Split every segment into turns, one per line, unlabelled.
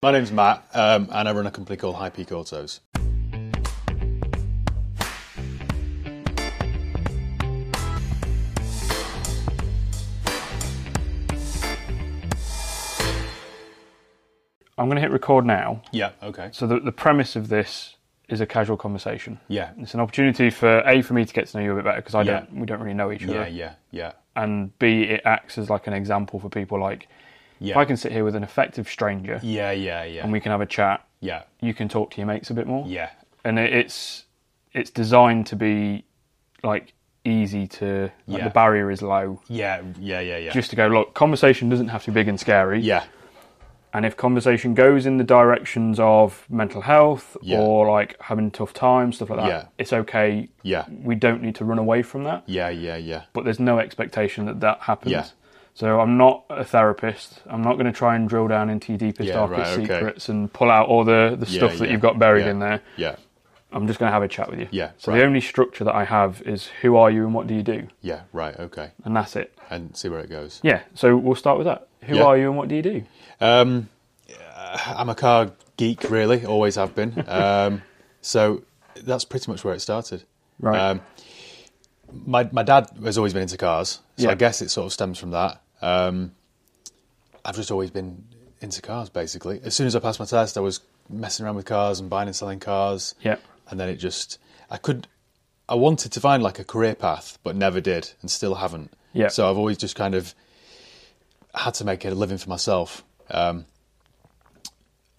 My name's Matt, um, and I run a company called High Peak Autos.
I'm going to hit record now.
Yeah, okay.
So the, the premise of this is a casual conversation.
Yeah,
It's an opportunity for a for me to get to know you a bit better because I
Yeah.
don't we don't really know each other,
yeah, yeah, yeah,
and b it acts as like an example for people like if
yeah.
I can sit here with an effective stranger
Yeah, yeah, yeah,
and we can have a chat,
yeah,
you can talk to your mates a bit more,
yeah,
and it, it's it's designed to be like easy to like
Yeah.
the barrier is low
yeah, yeah, yeah, yeah.
just to go look conversation doesn't have to be big and scary
yeah,
and if conversation goes in the directions of mental health
Yeah.
or like having tough times stuff like that
Yeah.
it's okay
yeah,
we don't need to run away from that
yeah, yeah, yeah,
but there's no expectation that that happens
Yeah.
so i'm not a therapist i'm not going to try and drill down into your deepest
Yeah,
darkest
right, okay.
secrets and pull out all the, the
Yeah,
stuff that
yeah,
you've got buried
yeah.
in there
yeah,
i'm just going to have a chat with you
Yeah,
so
right.
the only structure that i have is who are you and what do you do
yeah, right, okay.
and that's it
And see where it goes.
yeah so we'll start with that who
Yeah.
are you and what do you do
Um, uh, I'm a car geek, really, always have been. Um, so that's pretty much where it started.
Right.
Um, my my dad has always been into cars, so
Yeah.
I guess it sort of stems from that. Um, I've just always been into cars, basically. As soon as I passed my test, I was messing around with cars and buying and selling cars.
Yeah.
And then it just, I could, I wanted to find like a career path, but never did, and still haven't.
Yeah.
So I've always just kind of had to make a living for myself. Um,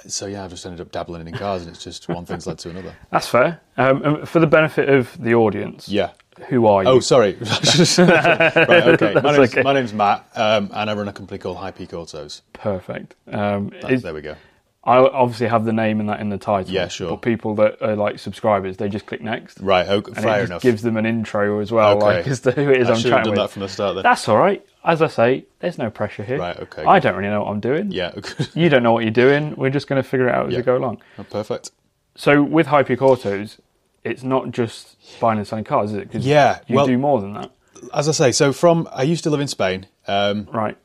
so yeah, I've just ended up dabbling in cars, and it's just one thing's led to another.
that's fair um, and for the benefit of the audience
Yeah.
who are you
Oh, sorry. right, okay. My
That's
name's,
okay.
my name's Matt, um, and I run a company called High Peak Autos.
perfect um,
That's,
is-
there we go.
I obviously have the name and that in the title.
Yeah, sure.
But people that are like subscribers, they just click next,
Right, okay,
and it
fair
just
enough.
gives them an intro as well,
Okay.
like as to who it is
I
I'm
should have
chatting
done
with.
that from the start then.
That's all right. As I say, there's no pressure here.
Right, okay,
I
good.
don't really know what I'm doing.
Yeah, okay.
You don't know what you're doing. We're just going to figure it out as
Yeah.
we go along.
Oh, perfect.
So with Hyperpeak Autos, it's not just buying and selling cars, is it? 'Cause
Yeah,
You
well-
do more than that,
As I say, so from I used to live in Spain. Um,
right?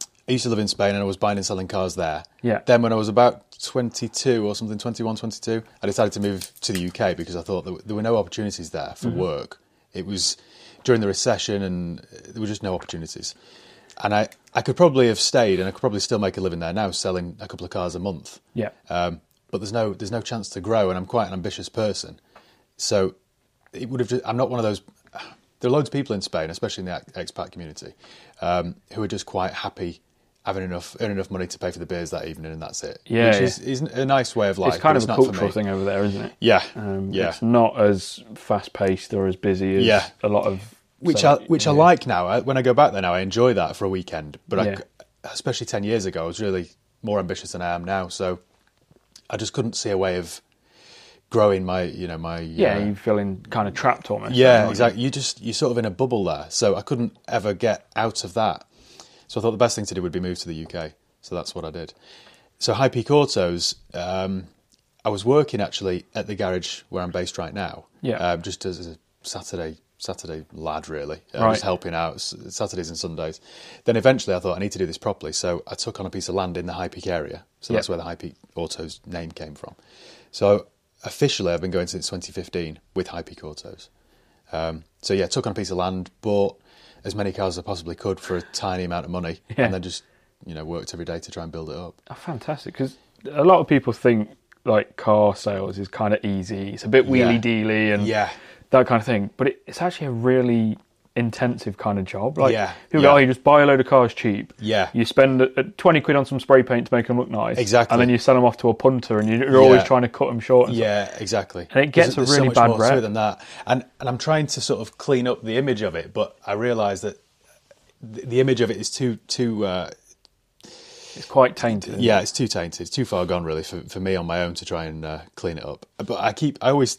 I used to live in Spain, and I was buying and selling cars there.
Yeah.
Then when I was about 22 or something, 21, 22, I decided to move to the UK because I thought that there were no opportunities there for
Mm-hmm.
work. It was during the recession, and there were just no opportunities. And I, I could probably have stayed, and I could probably still make a living there now, selling a couple of cars a month.
Yeah.
um, but there's no there's no chance to grow, and I'm quite an ambitious person, so it would have. Just, I'm not one of those. There are loads of people in Spain, especially in the ex- expat community, um, who are just quite happy having enough earn enough money to pay for the beers that evening, and that's it.
Yeah,
which
yeah.
Is, is a nice way of life.
it's kind
but
of a
not for
cultural
me.
thing over there, isn't it?
Yeah,
Um,
yeah.
It's not as fast paced or as busy as
Yeah.
a lot of
which
so-
I which I like now. I, when I go back there now, I enjoy that for a weekend. But I
Yeah.
c especially ten years ago, I was really more ambitious than I am now. So I just couldn't see a way of growing my you know my
yeah,
uh,
you're feeling kind of trapped almost. aren't
yeah
you?
exactly. You just you're sort of in a bubble there. So I couldn't ever get out of that. So I thought the best thing to do would be move to the UK. So that's what I did. So High Peak Autos, um, I was working actually at the garage where I'm based right now.
Yeah.
Um, just as a Saturday Saturday lad really, uh,
Right.
just helping out s- Saturdays and Sundays. Then eventually I thought I need to do this properly, so I took on a piece of land in the High Peak area. So that's
Yeah.
where the High Peak Autos name came from. So officially I've been going since 2015 with High Peak Autos. Um, so yeah, took on a piece of land, bought as many cars as I possibly could for a tiny amount of money,
Yeah.
and then just you know worked every day to try and build it up.
Oh, fantastic. Because a lot of people think like car sales is kind of easy. It's a bit
Yeah.
wheelie dealy and
Yeah.
that kind of thing. But it, it's actually a really intensive kind of job. Like
Yeah,
people
yeah.
go, oh, you just buy a load of cars cheap.
Yeah.
You spend uh, uh, twenty quid on some spray paint to make them look nice.
Exactly.
And then you sell them off to a punter, and you- you're always
Yeah.
trying to cut them short. And stuff.
Yeah, exactly.
And it gets
There's-
a
there's so
really
much
bad
more to
rep.
it than that. And and I'm trying to sort of clean up the image of it, but I realise that the, the image of it is too too uh,
It's quite tainted. isn't it?
yeah, it's too tainted, it's too far gone really for, for me on my own to try and uh, clean it up. But I keep I always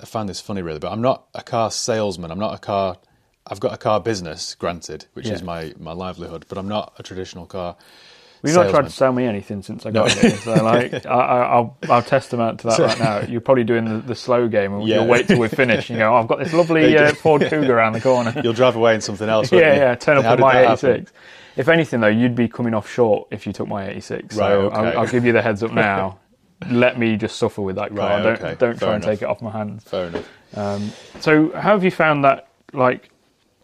I find this funny really, but I'm not a car salesman. I'm not a car. I've got a car business, granted, which
Yeah.
is my my livelihood, but I'm not a traditional car
We've not tried to sell me anything since I got here, so like I, I, I'll I'll testament to that
So-
right now. You're probably doing the, the slow game, and
Yeah.
you'll wait till we're finished. And you go, I've got this lovely uh, Ford Cougar around the corner.
You'll drive away in something else. won't
yeah,
you?
yeah. Turn up
How
on
did
my eh?
that
eighty
happen?
six. If anything though, you'd be coming off short if you took my eighty six. So
Right, okay.
I'll, I'll give you the heads up now. Let me just suffer with that car.
Right,
don't
okay.
don't
Fair
try and
enough.
take it off my hands.
Fair enough.
So how have you found that? Like,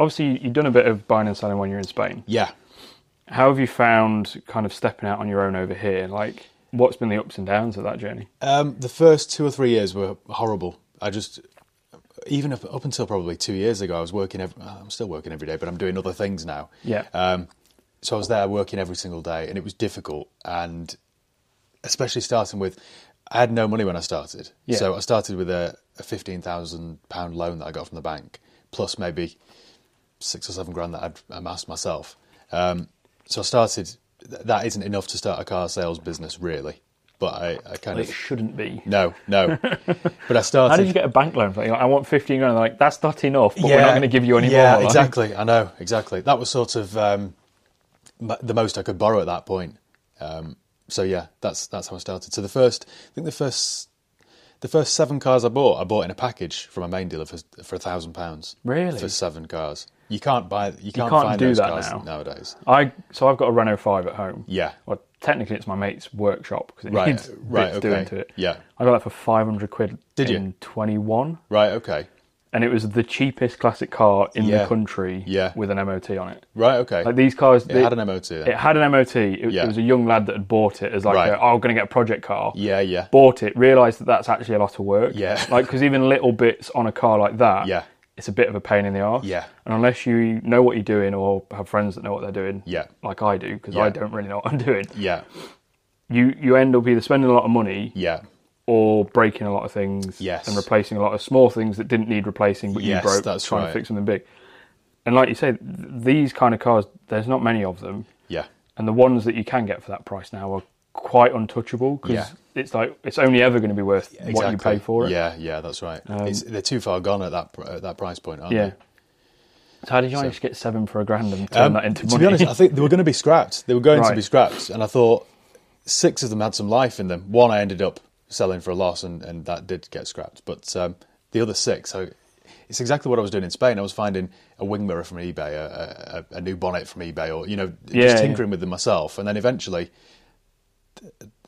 obviously you've done a bit of buying and selling when you're in Spain.
Yeah.
How have you found kind of stepping out on your own over here? Like, what's been the ups and downs of that journey?
Um, the first two or three years were horrible. I just, even up, up until probably two years ago, I was working. Every, I'm still working every day, but I'm doing other things now.
Yeah.
Um, so I was there working every single day, and it was difficult. And especially starting with, I had no money when I started.
Yeah.
So I started with a, a fifteen thousand pound loan that I got from the bank, plus maybe six or seven grand that I'd amassed myself. Um, so I started. th- That isn't enough to start a car sales business, really. But I, I kind
It
of
shouldn't be.
no, no. but I started.
How did you get a bank loan? Like, I want 15 grand. They're like, that's not enough, but we're not going to give you any
yeah,
more. Like,
exactly. I know, exactly. That was sort of um, m- the most I could borrow at that point. Um, so yeah, that's that's how I started. So the first, I think the first, the first seven cars I bought, I bought in a package from a main dealer for for a thousand pounds.
Really?
For seven cars, you can't buy, you can't,
can't
find
do
those
that
cars
now.
nowadays.
I So I've got a Renault 5 at home.
Yeah.
Well, technically, it's my mate's workshop because it
Right,
needs
right,
bits
okay.
doing to it.
Yeah.
I got that for 500 quid
Did you?
in 21.
Right. Okay.
And it was the cheapest classic car in
Yeah.
the country
Yeah.
with an MOT on it.
Right. Okay.
Like these cars,
it
they-
had an MOT. Then.
it had an MOT. It,
Yeah.
it was a young lad that had bought it as like,
Right.
a, oh, I'm going to get a project car.
yeah. Yeah.
Bought it, realised that that's actually a lot of work.
Yeah.
Like, because even little bits on a car like that,
Yeah.
it's a bit of a pain in the arse.
Yeah.
And unless you know what you're doing or have friends that know what they're doing,
Yeah.
like I do, because
Yeah.
I don't really know what I'm doing,
Yeah.
you, you end up either spending a lot of money
Yeah.
or breaking a lot of things
Yes.
and replacing a lot of small things that didn't need replacing but
Yes,
you broke
that's
trying
right.
to fix something big. And like you say, th- these kind of cars, there's not many of them
Yeah.
and the ones that you can get for that price now are quite untouchable because
Yeah.
it's like it's only ever going to be worth what you pay for it. Um,
Yeah, yeah, that's right. it's, they're too far gone at that pr- at that price point, aren't
Yeah.
they?
So how did you manage to get seven for a grand and turn that into
Um, to
money?
be honest, I think they were going to be scrapped. They were going to
Right.
be scrapped, and I thought six of them had some life in them. One I ended up selling for a loss, and, and that did get scrapped. But um, the other six, I, it's exactly what I was doing in Spain. I was finding a wing mirror from eBay, a, a, a new bonnet from eBay, or you know,
Yeah,
just
yeah.
tinkering with them myself, and then eventually.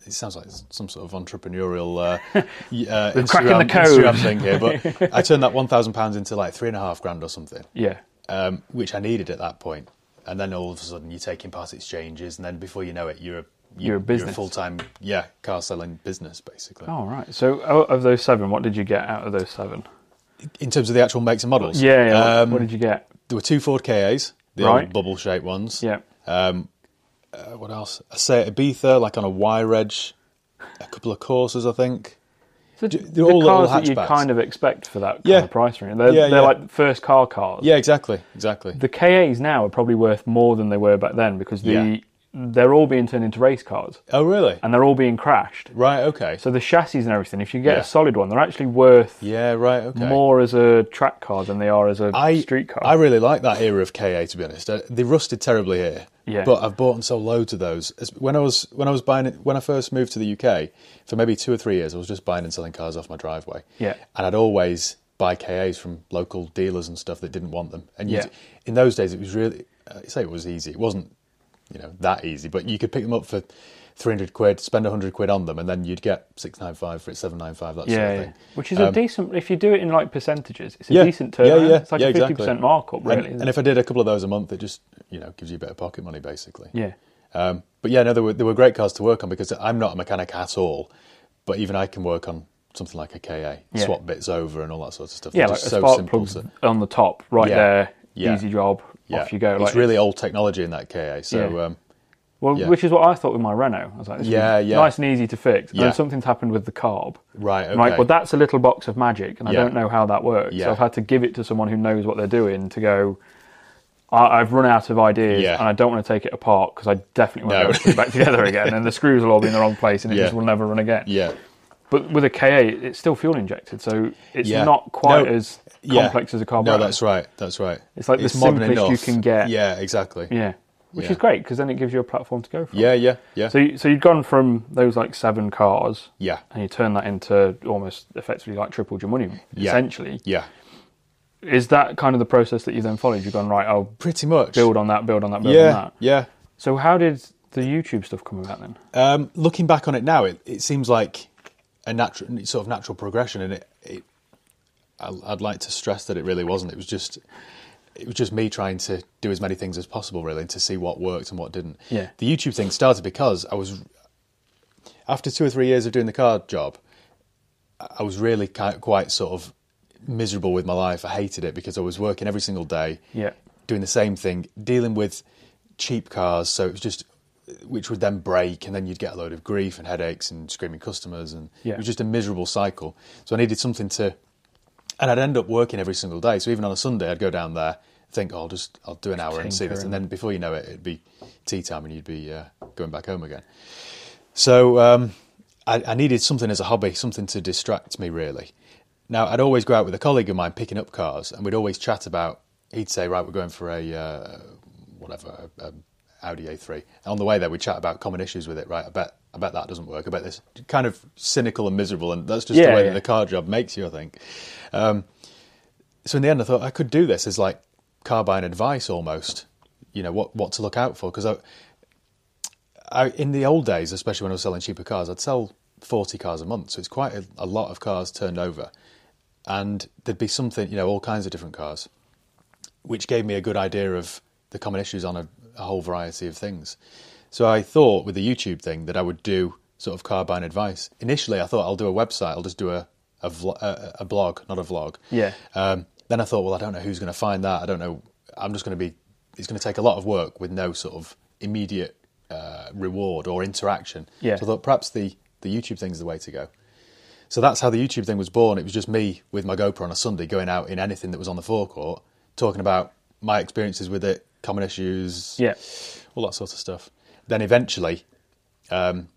It sounds like some sort of entrepreneurial uh, y- uh, Instagram,
cracking the code.
Instagram thing here, but I turned that one thousand pounds into like three and a half grand or something
yeah,
um, which I needed at that point. And then all of a sudden, you're taking part exchanges, and then before you know it, you're a you-
You're a business. Oh.
full time, yeah, car selling business basically.
All right. So out of those seven, what did you get out of those seven?
In terms of the actual makes and models,
Yeah. yeah, what-
um,
what did you get?
there were two Ford Kas, the
Right.
old bubble shaped ones.
Yeah.
Uh, what else? A Seat Ibiza, like on a wire edge, a couple of courses, I think.
So
d-
the
they're all little
cars that you
hatchbacks.
kind of expect for that kind
Yeah.
of price range. They're,
Yeah, yeah.
they're like first car cars.
Yeah, exactly, exactly.
The KAs now are probably worth more than they were back then because the
Yeah.
they're all being turned into race cars
oh, really?
and they're all being crashed.
Right. Okay.
So the chassis and everything, if you get
Yeah.
a solid one, they're actually worth
yeah. Right. Okay.
more as a track car than they are as a
I,
street car.
I really like that era of KA. To be honest, Uh, they rusted terribly here.
Yeah.
But I've bought and sold loads of those. As- When I was when I was buying it- when I first moved to the UK for maybe two or three years, I was just buying and selling cars off my driveway.
Yeah.
And I'd always buy KAs from local dealers and stuff that didn't want them. And you'd-
Yeah.
in those days, it was really I say it was easy. It wasn't you know that easy, but you could pick them up for three hundred quid, spend hundred quid on them, and then you'd get six nine five for it, seven nine five, that
yeah,
sort of
yeah.
thing.
which is a decent. If you do it in like percentages, it's a
Um, Yeah,
decent
yeah,
turnaround.
yeah,
it's like
yeah,
a fifty
exactly.
percent markup,
And-
really.
And,
isn't
if I did a couple of those a month, it just you know gives you a bit of pocket money basically.
it? yeah,
Um, but yeah, no, they were they were great cars to work on because I'm not a mechanic at all, but even I can work on something like a KA,
Yeah.
swap bits over and all that sort of stuff.
yeah,
They're
like a
just
spark plug
to-
on the top, right
Yeah,
there,
yeah.
easy job.
yeah,
Off you go.
it's
Like,
really old technology in that KA. So
Yeah.
um,
well,
yeah.
which is what I thought with my Renault. I was like, this
Yeah,
yeah,
yeah.
nice and easy to fix. And
Yeah.
then something's happened with the carb.
right, okay,
I'm Like, well, that's a little box of magic, and I
Yeah.
don't know how that works.
Yeah.
So I've had to give it to someone who knows what they're doing to go. I, I've run out of ideas,
Yeah.
and I don't want to take it apart because I definitely
No.
want to put it back together again, and the screws will all be in the wrong place, and it
Yeah.
just will never run again.
yeah,
But with a KA, it's still fuel injected, so it's
Yeah.
not quite
No,
as
yeah.
complex as a
No,
carburetor.
that's right, that's right.
It's like the
modern
simplest you can get.
Yeah, exactly.
yeah. which
Yeah.
is great because then it gives you a platform to go from.
Yeah, yeah, yeah,
So you, so you'd gone from those like seven cars,
yeah,
and you turn that into almost effectively like tripled your money.
Yeah.
Essentially,
yeah.
is that kind of the process that you then followed? You've gone right. I'll
Pretty much.
build on that, build on that, build on
yeah,
that.
yeah.
So how did the YouTube stuff come about then?
Um, looking back on it now, it, it seems like a natural sort of natural progression, and it, it I, I'd like to stress that it really wasn't. It was just it was just me trying to do as many things as possible, really, and to see what worked and what didn't.
Yeah.
The YouTube thing started because I was after two or three years of doing the card job, I was really ki- quite sort of miserable with my life. I hated it because I was working every single day
Yeah.
doing the same thing, dealing with cheap cars. So it was just, which would then break, and then you'd get a load of grief and headaches and screaming customers, and
Yeah.
it was just a miserable cycle. So I needed something to, and I'd end up working every single day. So even on a Sunday, I'd go down there, think, oh, I'll just I'll do an hour and see this, and then before you know it, it'd be tea time, and you'd be uh, going back home again. So um, I, I needed something as a hobby, something to distract me, really. Now, I'd always go out with a colleague of mine picking up cars, and we'd always chat about. He'd say, Right, we're going for a uh, whatever, a, a Audi A3. And on the way there, we'd chat about common issues with it, right? I bet, I bet that doesn't work. I bet this kind of cynical and miserable, and that's just
Yeah,
the way
yeah.
that the car job makes you, I think. Um, so in the end, I thought I could do this as like car buying advice almost, you know, what, what to look out for. Because I, I, in the old days, especially when I was selling cheaper cars, I'd sell 40 cars a month. So it's quite a, a lot of cars turned over. And there'd be something, you know, all kinds of different cars, which gave me a good idea of the common issues on a, a whole variety of things. So I thought with the YouTube thing that I would do sort of car buying advice. Initially, I thought I'll do a website, I'll just do a, a, vlo- a, a blog, not a vlog.
Yeah.
Um, then I thought, well, I don't know who's going to find that. I don't know. I'm just going to be. It's going to take a lot of work with no sort of immediate uh, reward or interaction.
Yeah.
So I thought perhaps the the YouTube thing's the way to go. So that's how the YouTube thing was born. It was just me with my GoPro on a Sunday going out in anything that was on the forecourt, talking about my experiences with it, common issues,
Yeah.
all that sort of stuff. Then eventually, um,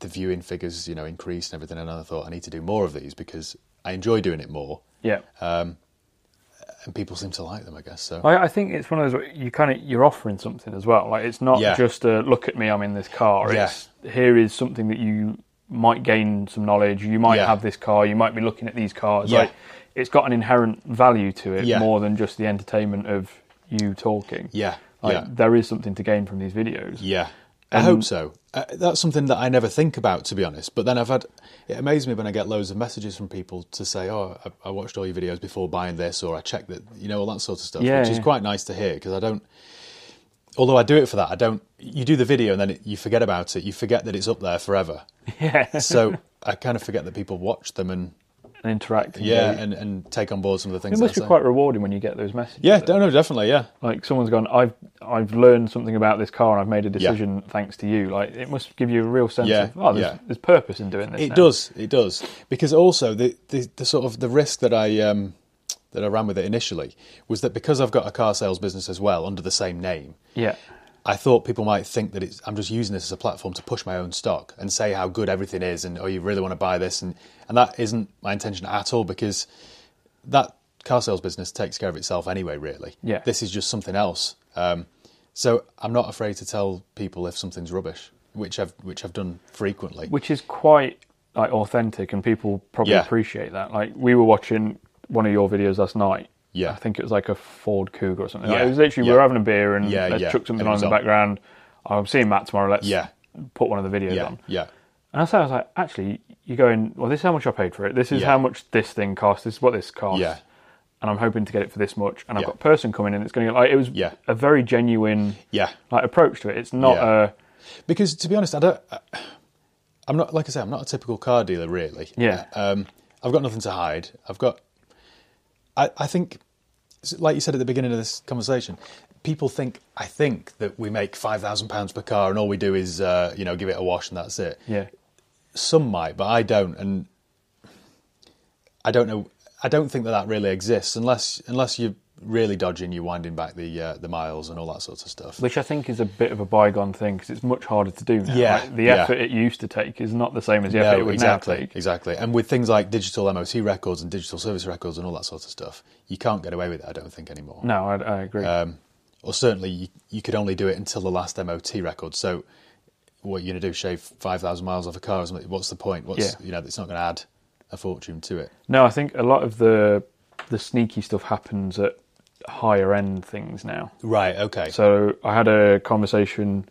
the viewing figures, you know, increased and everything. And I thought I need to do more of these because I enjoy doing it more
Yeah.
uh, and people seem to like them, I guess. So
I, I think it's one of those where you kind of you're offering something as well. Like it's not
Yeah.
just a look at me, I'm in this car.
Yeah.
It's here is something that you might gain some knowledge. You might
Yeah.
have this car. You might be looking at these cars.
Yeah.
Like it's got an inherent value to it
Yeah.
more than just the entertainment of you talking.
yeah,
Like
yeah,
there is something to gain from these videos.
yeah. I
um,
hope so. Uh, that's something that I never think about, to be honest. But then I've had it amazes me when I get loads of messages from people to say, "Oh, I, I watched all your videos before buying this," or "I checked that," you know, all that sort of stuff,
Yeah,
which is
yeah.
quite nice to hear because I don't. Although I do it for that, I don't. You do the video and then it, you forget about it. You forget that it's up there forever.
Yeah.
So I kind of forget that people watch them and
and interact. and
yeah,
engage.
and, and take on board some of the
it
things.
must
that I
be
say.
quite rewarding when you get those messages.
Yeah, no, no, definitely, yeah,
like someone's gone i've i've learned something about this car and i've made a decision thanks to you like it must give you a real sense
Yeah,
of oh there's,
yeah.
there's purpose in doing this
It
now.
does. It does. Because also the, the, the sort of the risk that I um, that I ran with it initially was that because I've got a car sales business as well under the same name,
yeah
I thought people might think that it's, I'm just using this as a platform to push my own stock and say how good everything is and oh you really want to buy this and and that isn't my intention at all because that car sales business takes care of itself anyway really.
Yeah.
This is just something else. Um, so I'm not afraid to tell people if something's rubbish, which I've which I've done frequently.
which is quite like authentic and people probably
Yeah.
appreciate that like we were watching one of your videos last night
Yeah.
i think it was like a ford cougar or something Like,
Yeah,
it was literally we
yeah.
were having a beer and
Yeah,
let's
yeah,
chuck something
and it
on in
was
the
on.
background "Oh, i'm seeing matt tomorrow let's
Yeah.
put one of the videos
yeah.
on
Yeah.
And I said, I was like, actually, you're going, well, this is how much I paid for it. This is
Yeah.
how much this thing costs. This is what this costs.
Yeah.
And I'm hoping to get it for this much. And I've
Yeah.
got a person coming in that's going to, like, it was
Yeah.
a very genuine
Yeah.
like approach to it. It's not
Yeah.
a,
Because to be honest, I don't. I- I'm not like I say. I'm not a typical car dealer, really.
Yeah.
Um, I've got nothing to hide. I've got. I, I think, like you said at the beginning of this conversation, people think I think that we make five thousand pounds per car, and all we do is uh, you know give it a wash and that's it.
yeah,
Some might, but I don't, and I don't know. I don't think that that really exists unless unless you're really dodging, you're winding back the uh, the miles and all that sort of stuff.
which I think is a bit of a bygone thing because it's much harder to do now.
Yeah,
Like, the
yeah.
effort it used to take is not the same as the effort it
No,
would
exactly,
now take.
exactly. And with things like digital MOT records and digital service records and all that sort of stuff, you can't get away with it, I don't think, anymore.
No, I, I agree.
Um, or certainly you, you could only do it until the last MOT record. So what are you going to do? Shave five thousand miles off a car? or something? What's the point? What's
Yeah.
you know it's not going to add a fortune to it.
No, I think a lot of the the sneaky stuff happens at higher end things now.
Right. Okay.
So I had a conversation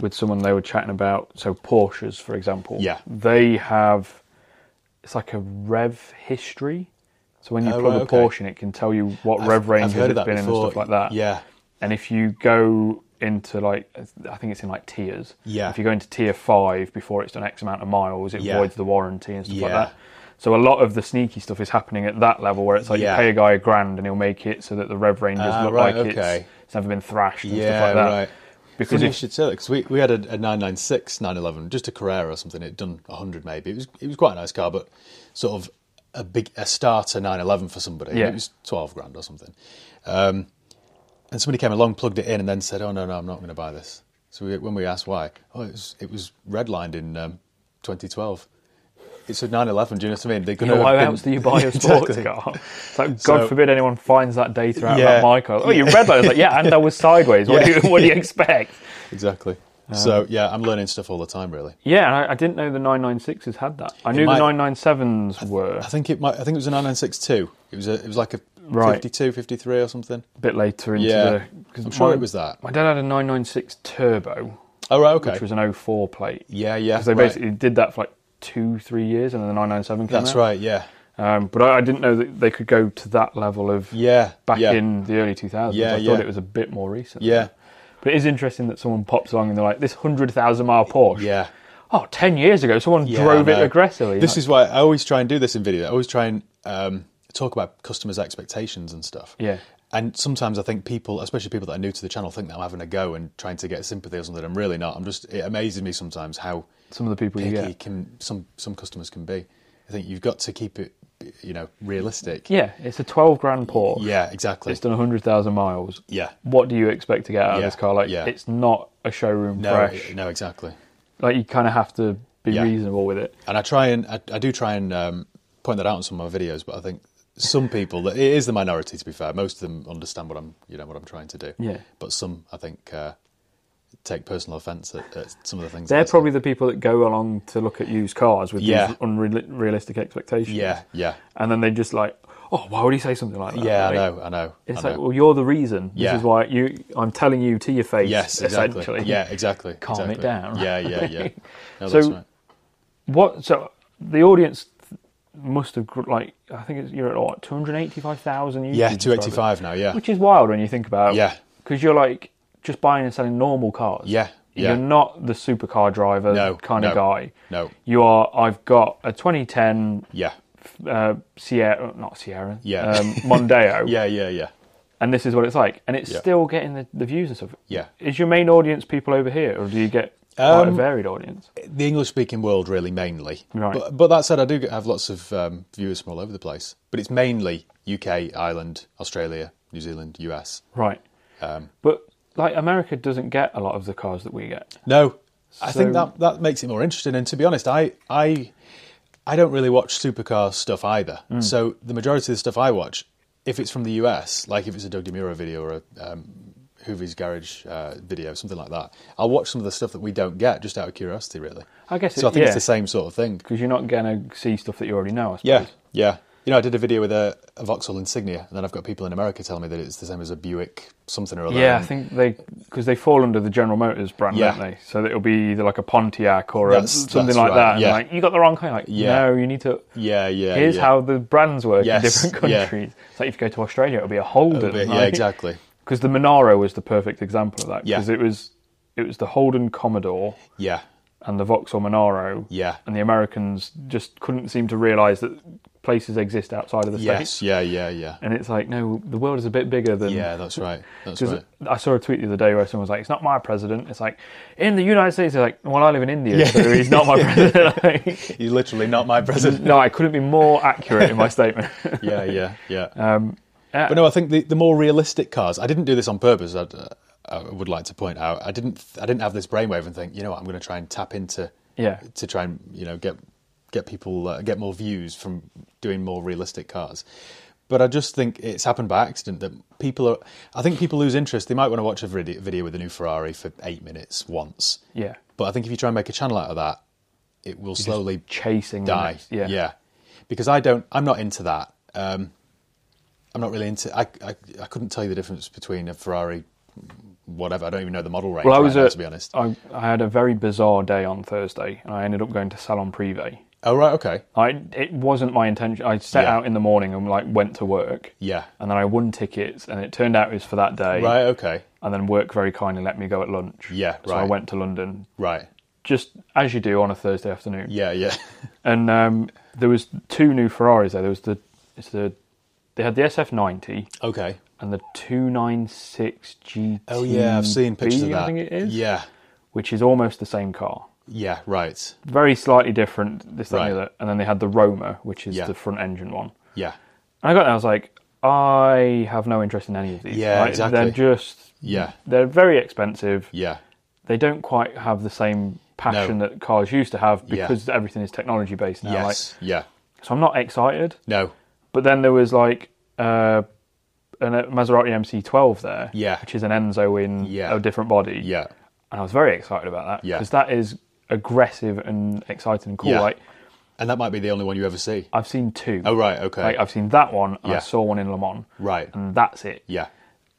with someone they were chatting about. So Porsches, for example,
Yeah.
they have it's like a rev history. So when you
Oh,
plug
right,
a
okay.
Porsche in, it can tell you what rev ranges
heard of
it's
that
been in and
before.
stuff like that.
Yeah.
And if you go into like, I think it's in like tiers.
Yeah.
If you go into tier five before it's done X amount of miles, it
Yeah.
voids the warranty and stuff like
Yeah.
that. So a lot of the sneaky stuff is happening at that level where it's like
Yeah.
you pay a guy a grand and he'll make it so that the rev ranges
Ah,
look
right,
like
okay.
it's, it's never been thrashed and
yeah.
stuff like that.
Right.
Because
Funny you
if,
should say that because we, we had a, a 996 911, just a Carrera or something. It'd done 100 maybe. It was it was quite a nice car, but sort of a big a starter 911 for somebody. and
Yeah.
It was 12 grand or something. Um, and somebody came along, plugged it in, and then said, "Oh no, no, I'm not going to buy this." So we, when we asked why, oh, it was it was redlined in um, 2012. It's a 911. Do you know what I mean? They're
you
gonna
know,
have
why
been-
else do you buy a
Yeah,
sports
exactly.
car? It's like, God
So-
forbid anyone finds that data out
Yeah.
about my car. Oh, you read that? I was like, yeah, and I was sideways. What,
Yeah.
do, you, what do you expect?
Exactly.
Um,
so yeah, I'm learning stuff all the time, really.
Yeah, and I, I didn't know the 996s had that. I knew
might-
the 997s were.
I think it might. I think it was a 9962. It was a. It was like a
Right.
52, 53 or something.
bit later into
Yeah.
the. Cause
I'm sure
my-
it was that.
My dad had a 996 Turbo,
Oh right, okay.
which was an 04 plate.
yeah, yeah.
'Cause they
right.
basically did that for like two, three years, and then the 997 came
That's
out.
right. Yeah,
Um, but I, I didn't know that they could go to that level of
yeah.
back
yeah.
in the early 2000s.
Yeah,
I
yeah.
thought it was a bit more recent.
Yeah,
But it is interesting that someone pops along and they're like, this 100,000 mile Porsche.
yeah.
Oh, 10 years ago, someone
Yeah,
drove
I
it
know.
aggressively.
This is why I always try and do this in video. I always try and um, talk about customers' expectations and stuff.
Yeah.
And sometimes I think people, especially people that are new to the channel, think that I'm having a go and trying to get sympathy or something. I'm really not. I'm just. It amazes me sometimes how
Some of the people you
picky
get.
can some some customers can be. I think you've got to keep it, you know, realistic.
Yeah, it's a 12 grand Porsche.
Yeah, exactly.
It's done 100,000 miles.
Yeah.
What do you expect to get out
Yeah,
of this car? Like,
yeah.
it's not a showroom
No,
fresh.
it- no, exactly.
Like, you kind of have to be
Yeah.
reasonable with it.
And I try and I, I do try and um, point that out in some of my videos, but I think some people that it is the minority. To be fair, most of them understand what I'm you know what I'm trying to do.
Yeah.
But some I think uh, take personal offence at, at some of the things. that I
They're
say.
probably the people that go along to look at used cars with
Yeah.
these unrealistic expectations.
Yeah, yeah,
And then they just like, oh, why would he say something like that?
yeah. I
Like,
know, I know.
It's
I
like,
know.
well, you're the reason. This
Yeah.
is why you. I'm telling you to your face.
yes, exactly.
Essentially.
Yeah, exactly.
Calm it
exactly.
down.
Yeah, yeah, yeah. No,
So-
that's right.
What? So the audience must have gr- like I think it's, you're at what 285,000. YouTube
Yeah,
subscribers,
two eighty five now. Yeah,
Which is wild when you think about.
Yeah.
Because you're like just buying and selling normal cars.
Yeah, yeah.
You're not the supercar driver
No,
kind
no,
of guy.
no.
You are. I've got a 2010
yeah,
uh, Sierra, not Sierra.
Yeah.
Um, Mondeo.
yeah, yeah, yeah.
and this is what it's like, and it's
Yeah.
still getting the, the views and stuff.
Yeah.
Is your main audience people over here, or do you get quite a
Um,
varied audience?
the English speaking world really mainly.
Right.
But, but that said, I do get- have lots of um, viewers from all over the place. But it's mainly UK, Ireland, Australia, New Zealand, US.
Right.
Um,
But like America doesn't get a lot of the cars that we get.
no, I think
So-
that that makes it more interesting. And to be honest, I I I don't really watch supercar stuff either.
Mm.
So the majority of the stuff I watch, if it's from the US, like if it's a Doug DeMuro video or a um, Hoovy's Garage uh, video, something like that, I'll watch some of the stuff that we don't get just out of curiosity, really.
I guess. It,
So I think
yeah,
it's the same sort of thing.
because you're not going to see stuff that you already know. I suppose.
Yeah, yeah. You know, I did a video with a, a Vauxhall Insignia, and then I've got people in America telling me that it's the same as a Buick something or other.
Yeah, I
And
think they because they fall under the General Motors brand,
Um, Yeah.
don't they? So it'll be either like a Pontiac or a,
That's-
something
that's
like
right,
that. And
yeah.
like you got the wrong kind. Like
Yeah.
no, you need to.
Yeah, yeah.
Here's
yeah.
how the brands work
Yes,
in different
yeah.
countries. It's like if you go to Australia, it'll be a Holden.
But, yeah,
like-
exactly.
because the Monaro was the perfect example of that
Yeah.
because it was it was the Holden Commodore
Yeah,
and the Vauxhall Monaro,
Yeah.
and the Americans just couldn't seem to realise that places exist outside of the
yes,
states.
yeah, yeah, yeah.
And it's like, no, the world is a bit bigger than.
Yeah, that's right. That's
Because
right.
I saw a tweet the other day where someone was like, "It's not my president." It's like, in the United States, they're like, "Well, I live in India, so he's not my president." Like,
He's literally not my president.
no, I couldn't be more accurate in my statement.
yeah, yeah, yeah.
Uh,
But no, I think the, the more realistic cars. I didn't do this on purpose. I'd, uh, I would like to point out. I didn't. I didn't have this brainwave and think. You know, what, I'm going to try and tap into.
Yeah.
To try and you know get get people uh, get more views from doing more realistic cars. But I just think it's happened by accident that people are. I think people lose interest. They might want to watch a vid- video with a new Ferrari for eight minutes once.
Yeah.
But I think if you try and make a channel out of that, it will slowly
Chasing the
die.
next- Yeah.
Because I don't. I'm not into that. Um, I'm not really into. I, I I couldn't tell you the difference between a Ferrari, whatever. I don't even know the model range.
Well, I
right
was
now,
a-
to be honest.
I, I had a very bizarre day on Thursday, and I ended up going to Salon Privé.
Oh right. Okay.
I it wasn't my intention. I set
Yeah.
out in the morning and like went to work,
Yeah.
and then I won tickets, and it turned out it was for that day.
Right. Okay.
And then work very kindly let me go at lunch.
Yeah,
So I
right.
went to London
Right.
just as you do on a Thursday afternoon.
Yeah. Yeah.
And um, there was two new Ferraris there. There was the it's the they had the SF90
okay.
and the 296 GT.
Oh yeah. I've seen pictures of that.
I think it is.
Yeah.
Which is almost the same car.
Yeah. Right.
very slightly different this that,
Right.
and the other and then they had the roma which is
Yeah.
the front engine one
Yeah.
and i got there i was like i have no interest in any of these
Yeah,
Like,
exactly.
they're just
Yeah.
they're very expensive
Yeah.
they don't quite have the same passion that cars used to have
Yeah.
because everything is technology based now
Yes. yeah.
like so i'm not excited
No.
but then there was like uh an a Maserati MC12 there,
Yeah.
which is an Enzo in
Yeah.
a different body,
Yeah.
and I was very excited about that
Yeah.
because that is aggressive and exciting and cool.
Yeah.
Like
And that might be the only one you ever see.
I've seen two.
Oh right. Okay.
Like uh, I've seen that one, and I
Yeah.
saw one in Le Mans,
right.
and that's it.
Yeah.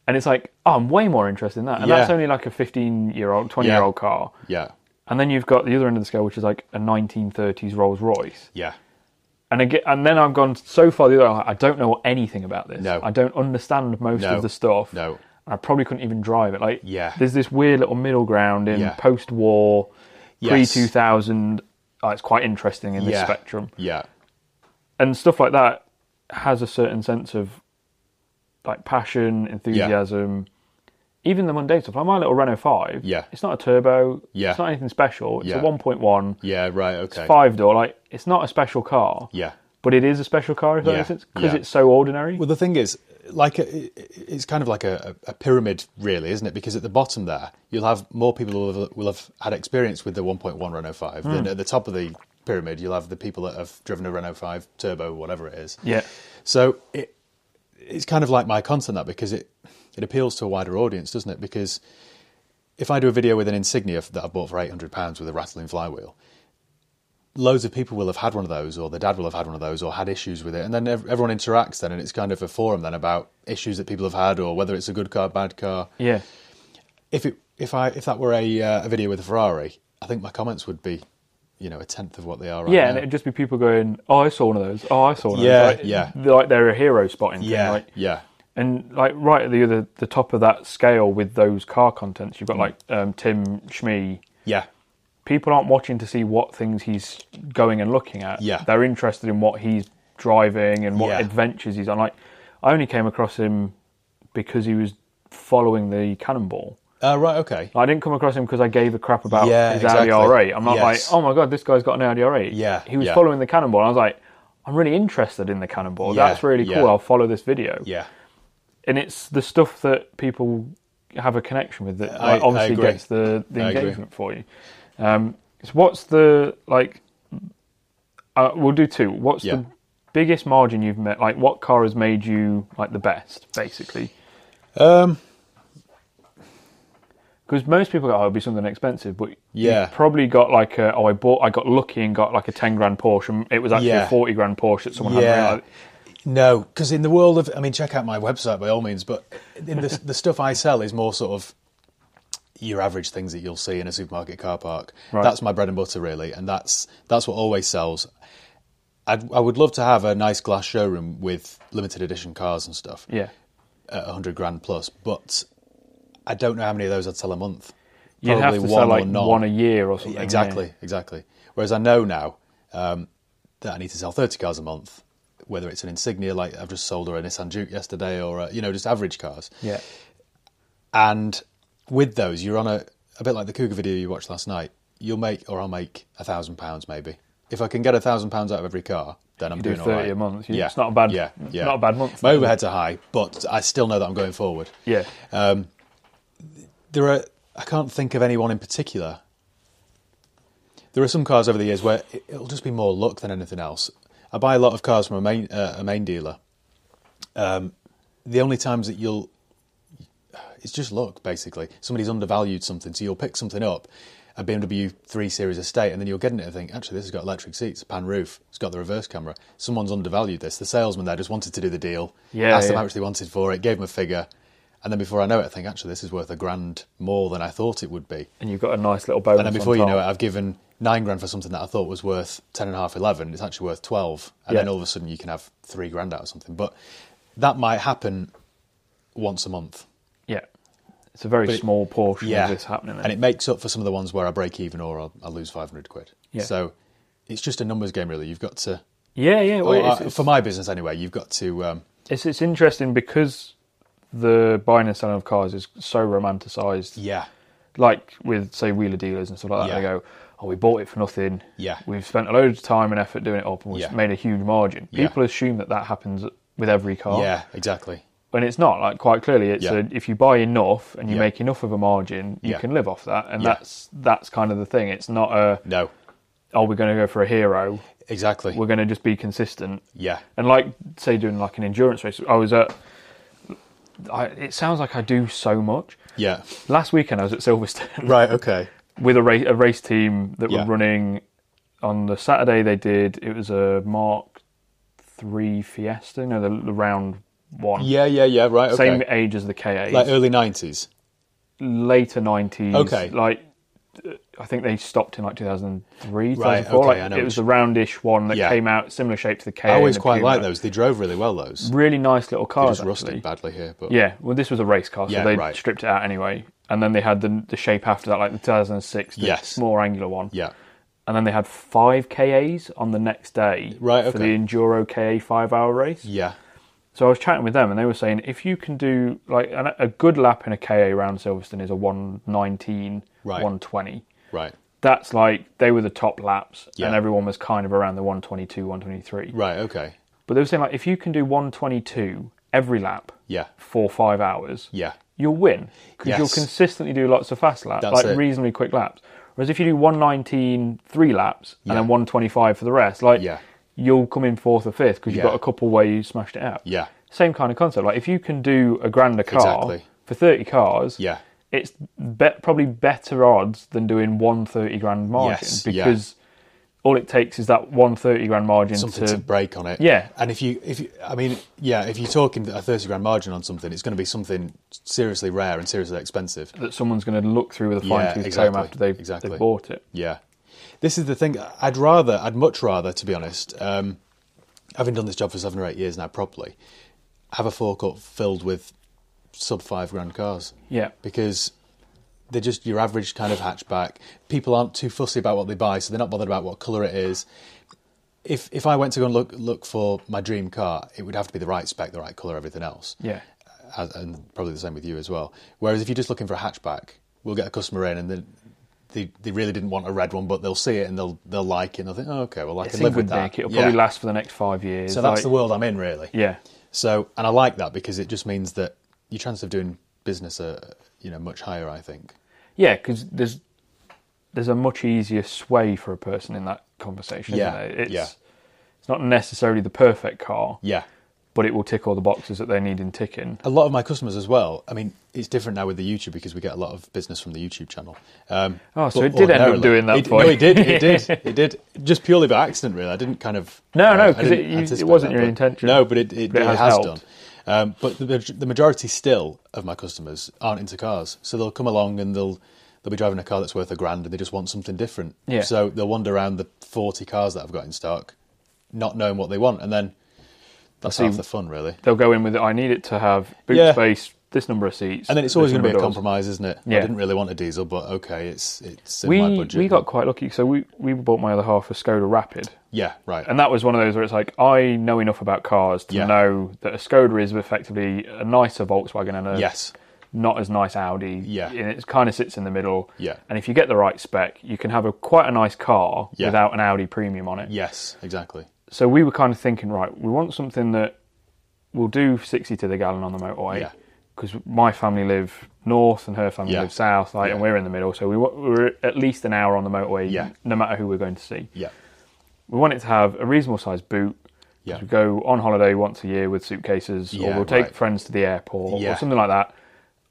And it's like, oh, I'm way more interested in that. And
Yeah.
that's only like a 15 year old, 20 year old car.
Yeah.
And then you've got the other end of the scale, which is like a 1930s Rolls Royce.
Yeah.
And again, and then I've gone so far the other. way, I don't know anything about this.
No.
I don't understand most
No.
of the stuff.
No.
And I probably couldn't even drive it. Like,
Yeah.
there's this weird little middle ground in
Yeah.
post-war,
Yes.
pre-2000. Oh, it's quite interesting in this
yeah.
spectrum.
Yeah.
and stuff like that has a certain sense of like passion, enthusiasm. Even the mundane stuff, like my little Renault Five.
Yeah.
it's not a turbo.
Yeah.
it's not anything special. It's a
Yeah.
1.1
Yeah. Right. Okay.
five door. Like it's not a special car.
Yeah.
but it is a special car if that
Yeah.
makes sense because
Yeah.
it's so ordinary.
Well, the thing is, like, it- it's kind of like a, a pyramid, really, isn't it? Because at the bottom there, you'll have more people who will, will have had experience with the 1.1 Renault 5. Then at the top of the pyramid, you'll have the people that have driven a Renault 5 Turbo, whatever it is.
yeah,
So it it's kind of like my content that because it it appeals to a wider audience, doesn't it? Because if I do a video with an insignia that I bought for eight hundred pounds with a rattling flywheel, loads of people will have had one of those, or their dad will have had one of those, or had issues with it, and then ev- everyone interacts then, and it's kind of a forum then about issues that people have had, or whether it's a good car, bad car.
yeah,
If it if I if that were a uh, a video with a Ferrari, I think my comments would be, you know, a tenth of what they are right
yeah.
now.
And it'd just be people going, "Oh, I saw one of those. Oh, I saw one."
Yeah,
of those. Like,
yeah.
they're Like they're a hero spotting. thing,
yeah,
like,
yeah,
and like right at the other the top of that scale with those car contents, you've
Mm.
got like um, Tim Schmee.
yeah,
people aren't watching to see what things he's going and looking at.
Yeah.
They're interested in what he's driving and what
Yeah.
adventures he's on. Like, I only came across him because he was following the cannonball.
Uh, right, okay,
I didn't come across him because I gave a crap about
Yeah,
his
exactly.
Audi R8. I'm not
Yes.
like, oh my god, this guy's got an Audi R8.
Yeah,
He was
yeah.
following the cannonball. I was like, I'm really interested in the cannonball.
Yeah,
That's really cool.
yeah.
I'll follow this video.
yeah.
And it's the stuff that people have a connection with that
I-
like,
I
obviously
agree.
gets the, the
I agree.
engagement for you. Um, so what's the like? Uh, we'll do two. What's
Yeah.
the biggest margin you've met? Like, what car has made you like the best, basically?
Um,
Because most people go, "Oh, it'll be something expensive," but
Yeah.
you've probably got like, a, "Oh, I bought, I got lucky and got like a ten grand Porsche, and it was actually
Yeah.
a forty grand Porsche that someone had."
Yeah.
realised."
No, because in the world of, I mean, check out my website by all means, but in the, the stuff I sell is more sort of your average things that you'll see in a supermarket car park.
Right.
That's my bread and butter, really, and that's that's what always sells. I'd, I would love to have a nice glass showroom with limited edition cars and stuff,
Yeah,
at 100 grand plus, but I don't know how many of those I'd sell a month.
you'd have to sell like one a year or something. yeah.
Exactly, exactly. Whereas I know now um, that I need to sell 30 cars a month, whether it's an insignia like I've just sold or a Nissan Duke yesterday or, uh you know, just average cars.
Yeah,
And with those, you're on a, a bit like the Cougar video you watched last night. You'll make, or I'll make, a thousand pounds maybe. If I can get a thousand pounds out of every car, then I'm
do
doing
30
all right.
a month. You- it's not a bad-
yeah,
it's
yeah.
not a bad month.
My overheads are high, but I still know that I'm going forward
yeah.
there are I can't think of anyone in particular. There are some cars over the years where it- it'll just be more luck than anything else. I buy a lot of cars from a main uh, a main dealer, the only times that you'll it's just luck basically somebody's undervalued something so you'll pick something up a BMW 3 Series Estate and then you'll get in it and think actually this has got electric seats pan roof it's got the reverse camera someone's undervalued this the salesman there just wanted to do the deal
Yeah,
asked them
yeah.
how much they wanted for it gave them a figure and then before I know it I think actually this is worth a grand more than I thought it would be
and you've got a nice little bonus.
and then before you know it
it,
I've given nine grand for something that I thought was worth ten and a half, eleven. It's actually worth twelve, and
Yeah.
then all of a sudden you can have three grand out of something. But that might happen once a month.
yeah, it's a very
But it-
small portion
Yeah,
of this happening. Then.
and it makes up for some of the ones where I break even or I'll, I'll lose five hundred quid.
Yeah.
So it's just a numbers game, really. You've got to,
yeah, yeah. Well,
or,
it's,
uh,
it's,
for my business anyway, you've got to. Um,
it's it's interesting because the buying and selling of cars is so romanticised.
yeah,
like with say wheeler dealers and stuff like that, they
Yeah.
go, "Oh, we bought it for nothing.
Yeah.
we've spent a load of time and effort doing it up, and we've
Yeah.
made a huge margin."
Yeah.
People assume that that happens with every car,
Oh. yeah, exactly.
and it's not. Like quite clearly, it's
Yeah.
a, if you buy enough and you
Yeah.
make enough of a margin, you
Yeah.
can live off that, and
Yeah.
that's that's kind of the thing. It's not a
No,
oh, we're going to go for a hero.
exactly.
We're going to just be consistent.
yeah,
And like say doing like an endurance race, I was at. I, it sounds like I do so much.
yeah.
Last weekend I was at Silverstone.
Right. Okay.
with a race, a race team that
Yeah.
were running on the Saturday they did it was a Mark Three Fiesta, no, the, the round one,
Yeah. Yeah. Yeah. Right. Okay.
same age as the K8,
like early nineties.
later nineties,
Okay.
like. uh, I think they stopped in like 2003,
Right,
2004.
okay,
like,
I know
it
which-
was the roundish one that
Yeah.
came out similar shape to the K8.
I always
and the
quite like
Puma.
those. They drove really well. Those.
Really nice little
They're
cars.
just rusted
actually.
badly here, but
Yeah, well, this was a race car, so
Yeah,
they
right.
stripped it out anyway. And then they had the the shape after that, like the 2006, the
Yes.
more angular one.
yeah,
and then they had five KAs on the next day
Right,
for the
okay.
Enduro KA five hour race.
yeah,
So I was chatting with them, and they were saying if you can do like an, a good lap in a KA round Silverstone is a 119,
Right.
120.
right,
That's like they were the top laps,
Yeah.
and everyone was kind of around the 122, 123.
right, okay,
But they were saying like if you can do 122 every lap
yeah,
for five hours,
yeah,
you'll win because you'll
Yes.
consistently do lots of fast laps,
That's
like
it.
reasonably quick laps. Whereas if you do 119 three laps and
Yeah.
then 125 for the rest, like
Yeah.
you'll come in fourth or fifth because you've
Yeah.
got a couple where you smashed it out.
yeah,
Same kind of concept. Like if you can do a grander car
Exactly.
for 30 cars,
yeah,
it's be- probably better odds than doing 130 grand margin
Yes, yeah.
because all it takes is that 130 grand margin
something
to
to break on it.
Yeah.
and if you, if you, I mean, yeah, if you're talking a thirty grand margin on something, it's going to be something seriously rare and seriously expensive.
that someone's going to look through with a fine
Yeah,
tooth comb
exactly,
after they've,
exactly.
they've bought it.
Yeah, this is the thing. I'd rather, I'd much rather, to be honest, um, having done this job for seven or eight years now properly, have a forecourt filled with sub five grand cars.
Yeah.
because they're just your average kind of hatchback. People aren't too fussy about what they buy, so they're not bothered about what colour it is. If if I went to go and look look for my dream car, it would have to be the right spec, the right colour, everything else.
Yeah.
As, and probably the same with you as well. Whereas if you're just looking for a hatchback, we'll get a customer in and then. They, they really didn't want a red one, but they'll see it and they'll they'll like it. and They'll think, oh, okay, well, I
It's
can live with
Nick.
that.
It'll
Yeah.
probably last for the next five years.
So that's
like-
the world I'm in, really.
Yeah,
So, and I like that because it just means that your chances of doing business are, you know, much higher. I think.
yeah, because there's there's a much easier sway for a person in that conversation.
Yeah,
isn't there? It's,
yeah.
It's not necessarily the perfect car,
Yeah.
but it will tick all the boxes that they need in ticking.
a lot of my customers as well. I mean, it's different now with the YouTube because we get a lot of business from the YouTube channel. Um,
Oh, so
but
it did end up
ordinarily-
doing that
It,
for
no,
you.
it did. It did. It did. Just purely by accident, really. I didn't kind of. uh,
No, no,
I
'cause
didn't
it- you- it
anticipate
wasn't your
but-
intention.
No, but it, it,
But it
it
has
has,
helped.
done. Um, but the, maj- the majority still of my customers aren't into cars, so they'll come along and they'll they'll be driving a car that's worth a grand, and they just want something different.
Yeah.
So they'll wander around the forty cars that I've got in stock, not knowing what they want, and then that's half the fun, really.
They'll go in with it. I need it to have boot
Yeah.
space, this number of seats,
And then it's always
this
going to be a
number of doors.
compromise, isn't it?
Yeah.
I didn't really want a diesel, but okay, it's it's in my
We
budget.
we got quite lucky. So we we bought my other half a Skoda Rapid.
yeah, right.
And that was one of those where it's like I know enough about cars to
Yeah.
know that a Skoda is effectively a nicer Volkswagen and a
yes,
not as nice Audi.
Yeah.
And it kind of sits in the middle.
Yeah.
And if you get the right spec, you can have a quite a nice car
Yeah.
without an Audi premium on it.
yes, exactly.
So we were kind of thinking, right, we want something that will do 60 to the gallon on the motorway.
Yeah.
Because my family live north and her family
Yeah.
lives south, like, and
Yeah.
we're in the middle. So we, wa- we were at least an hour on the motorway,
Yeah.
no matter who we're going to see.
Yeah,
We want it to have a reasonable sized boot,
Yeah.
We go on holiday once a year with suitcases,
Yeah,
or we'll take
right.
friends to the airport,
Yeah.
or something like that.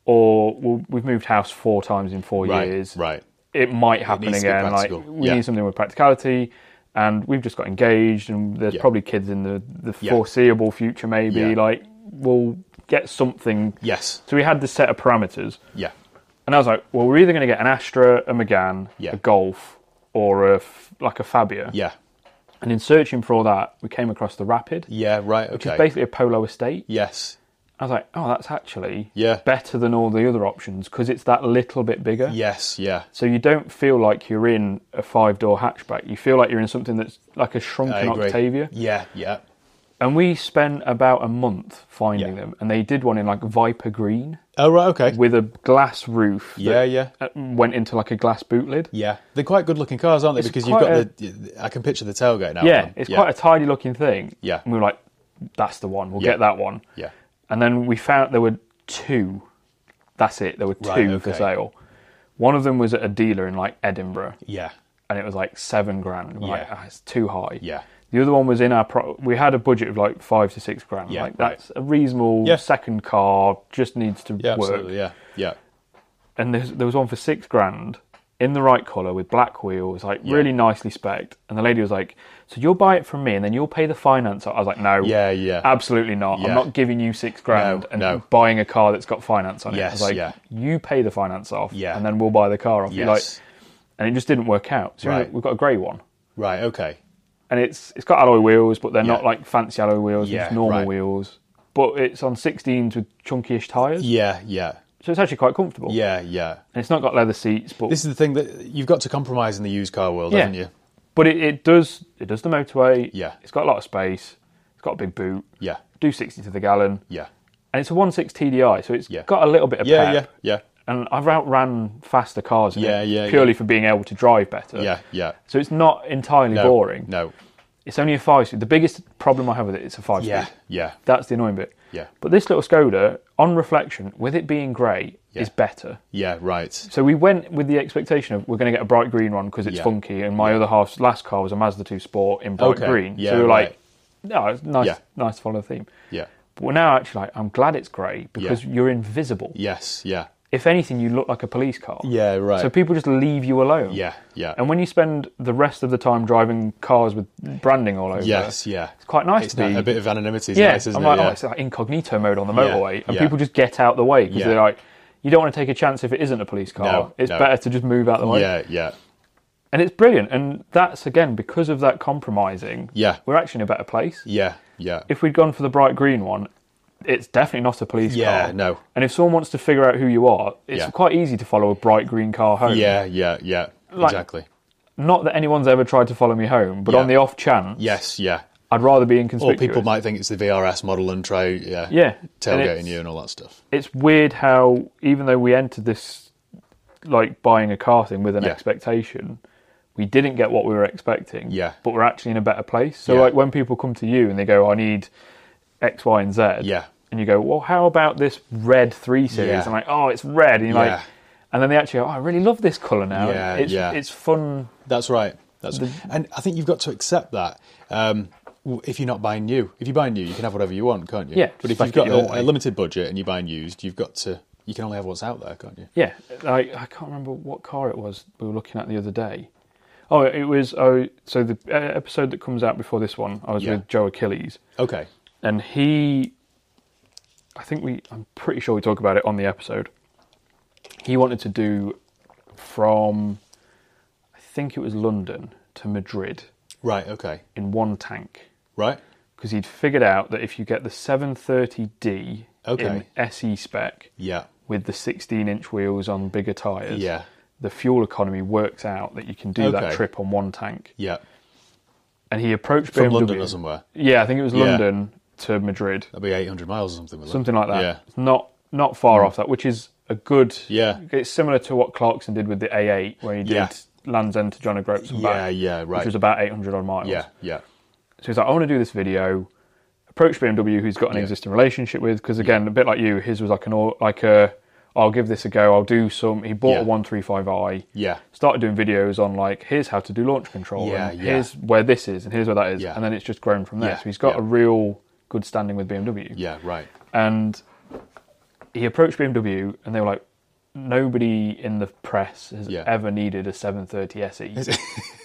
Or we'll, we've moved house four times in four
Right.
years.
Right.
It might happen
needs to be
again. Like
practical.
we
Yeah.
need something with practicality, and we've just got engaged, and there's
Yeah.
probably kids in the the
Yeah.
foreseeable future. Maybe
Yeah.
like we'll get something.
Yes.
So we had this set of parameters.
Yeah.
And I was like, well, we're either going to get an Astra, a Megane,
Yeah.
a Golf, or a f- like a Fabia.
Yeah.
And in searching for all that, we came across the Rapid, which
Yeah. Right. Okay.
is basically a Polo Estate.
yes.
I was like, oh, that's actually
Yeah.
better than all the other options because it's that little bit bigger.
Yes. Yeah.
So you don't feel like you're in a five-door hatchback. You feel like you're in something that's like a
I
shrunken
agree.
Octavia.
Yeah. Yeah.
And we spent about a month finding
Yeah.
them, and they did one in like Viper Green
Oh right. Okay.
with a glass roof. that,
Yeah. Yeah.
uh, Went into like a glass boot lid.
Yeah, they're quite good-looking cars, aren't they? because you've got
quite
the. I can picture the tailgate now. Um,
Yeah, it's quite a tidy looking thing.
Yeah.
And we were like, that's the one, we'll
Yeah.
get that one.
yeah.
And then we found there were two. That's it, there were two
Right,
for
okay.
sale. One of them was at a dealer in like Edinburgh
Yeah.
and it was like seven grand. We're
Yeah.
Like, "Ah, it's too high.
Yeah.
The other one was in our pro- we had a budget of like five to six grand.
Yeah,
like
right.
that's a reasonable
Yeah.
second car, just needs to
Yeah.
work.
Absolutely. Yeah. Yeah.
And there's, there was one for six grand in the right colour with black wheels, like really nicely spec'd. And the lady was like, "So you'll buy it from me, and then you'll pay the finance." I was like, "No,
Yeah. Yeah.
absolutely not.
Yeah.
I'm not giving you six grand and
no.
buying a car that's got finance on it." I
Yes,
was like,
yeah.
"You pay the finance off,
Yeah.
and then we'll buy the car off." you." Like,
Yes.
and it just didn't work out. So
Right.
we've got a grey one
right. Okay.
and it's it's got alloy wheels, but they're not
Yeah.
like fancy alloy wheels.
Yeah,
it's normal
right.
wheels, but it's on 16s with chunky-ish tires,
Yeah. Yeah.
so it's actually quite comfortable.
Yeah. Yeah.
and it's not got leather seats, but
This is the thing that you've got to compromise in the used car world,
yeah,
haven't you?
but it, it does it does the motorway.
Yeah.
it's got a lot of space. It's got a big boot.
Yeah.
do 60 to the gallon,
Yeah.
and it's a 1.6 TDI, so it's
Yeah.
got a little bit of
Yeah.
pep.
Yeah. Yeah.
And I've outran faster cars in
Yeah,
it
yeah,
purely for being able to drive better.
Yeah. Yeah.
So it's not entirely
No,
boring.
No.
It's only a five speed. The biggest problem I have with it, it's a five
Yeah.
speed.
Yeah.
That's the annoying bit.
Yeah.
But this little Skoda, on reflection, with it being grey,
Yeah.
is better.
Yeah. Right.
So we went with the expectation of we're going to get a bright green one because it's
Yeah.
funky, and my other half's last car was a Mazda 2 Sport in bright
Okay.
green.
Yeah,
so we were
right.
like, no, it's nice,
Yeah.
nice to follow the theme.
Yeah.
But we're now actually like, I'm glad it's grey because you're invisible.
Yes. Yeah.
If anything, you look like a police car.
Yeah. Right.
So people just leave you alone.
yeah. Yeah.
And when you spend the rest of the time driving cars with branding all over,
yes. Yeah.
it's quite nice
It's
to be
not, a bit of anonymity is
yeah,
nice, isn't
I'm like,
it?
oh, it's like incognito mode on the motorway, and
yeah.
people just get out the way because
Yeah.
they're like, you don't want to take a chance if it isn't a police car.
No,
it's
no.
better to just move out the way.
yeah. Yeah.
And it's brilliant. And that's again because of that compromising.
Yeah.
we're actually in a better place.
Yeah. Yeah.
If we'd gone for the bright green one, it's definitely not a police
Yeah,
car.
no.
And if someone wants to figure out who you are, it's
Yeah.
quite easy to follow a bright green car home.
Yeah, yeah, yeah.
Like-
exactly.
Not that anyone's ever tried to follow me home, but
Yeah.
on the off chance,
Yes, yeah.
I'd rather be
Or
inconspicuous.
people might think it's the VRS model and try yeah,
Yeah, and
tailgating
it's-
you and all that stuff.
it's weird how even though we entered this like buying a car thing with an
Yeah.
expectation, we didn't get what we were expecting.
Yeah.
But we're actually in a better place. So
Yeah.
like when people come to you and they go, I need X, Y, and Z.
Yeah.
And you go, Well, how about this red three series?
Yeah.
And like, oh it's red and you're
Yeah.
like and then they actually go, oh, I really love this colour now.
Yeah,
it's
yeah.
it's fun.
That's right. That's and I think you've got to accept that. Um, w- if you're not buying new, if you buy new, you can have whatever you want, can't you?
Yeah,
But
just
if you've
spec
got
it your
a,
way.
a limited budget and you're buying used, you've got to. You can only have what's out there, can't you?
Yeah, like I can't remember what car it was we were looking at the other day. Oh, it was oh. So the uh, episode that comes out before this one, I was
Yeah.
with Joe Achilles,
Okay.
and he i think we i'm pretty sure we talk about it on the episode he wanted to do from i think it was london to madrid
Right. Okay.
in one tank
Right.
because he'd figured out that if you get the 730d
Okay.
in se spec
Yeah.
with the 16 inch wheels on bigger tires
Yeah.
the fuel economy works out that you can do that
Okay.
trip on one tank
Yeah.
and he approached
From
BMW,
London or somewhere.
yeah i think it was
Yeah.
london to madrid
That'd be 800 miles or something. wouldn't it?
something like that.
Yeah. Mm.
It's not not far off that, which is a good.
Yeah.
It's similar to what Clarkson did with the A8 when he did
Yeah.
Land's End to John O'Groats and
Yeah.
back,
Yeah.
which
Right.
was about 800 odd miles.
Yeah. Yeah.
So he's like, I want to do this video. Approach BMW, who's got an
Yeah.
existing relationship with, because again, a bit like you, his was like an au- like a I'll give this a go. I'll do some. He bought
Yeah.
a one three five I.
Yeah.
Started doing videos on like here's how to do launch control.
Yeah,
and
yeah.
Here's where this is, and here's where that is,
Yeah.
and then it's just grown from there.
Yeah,
So he's got
yeah.
a real good standing with BMW
Yeah, right.
and he approached BMW and they were like, nobody in the press has
Yeah.
ever needed a 730 SE.
With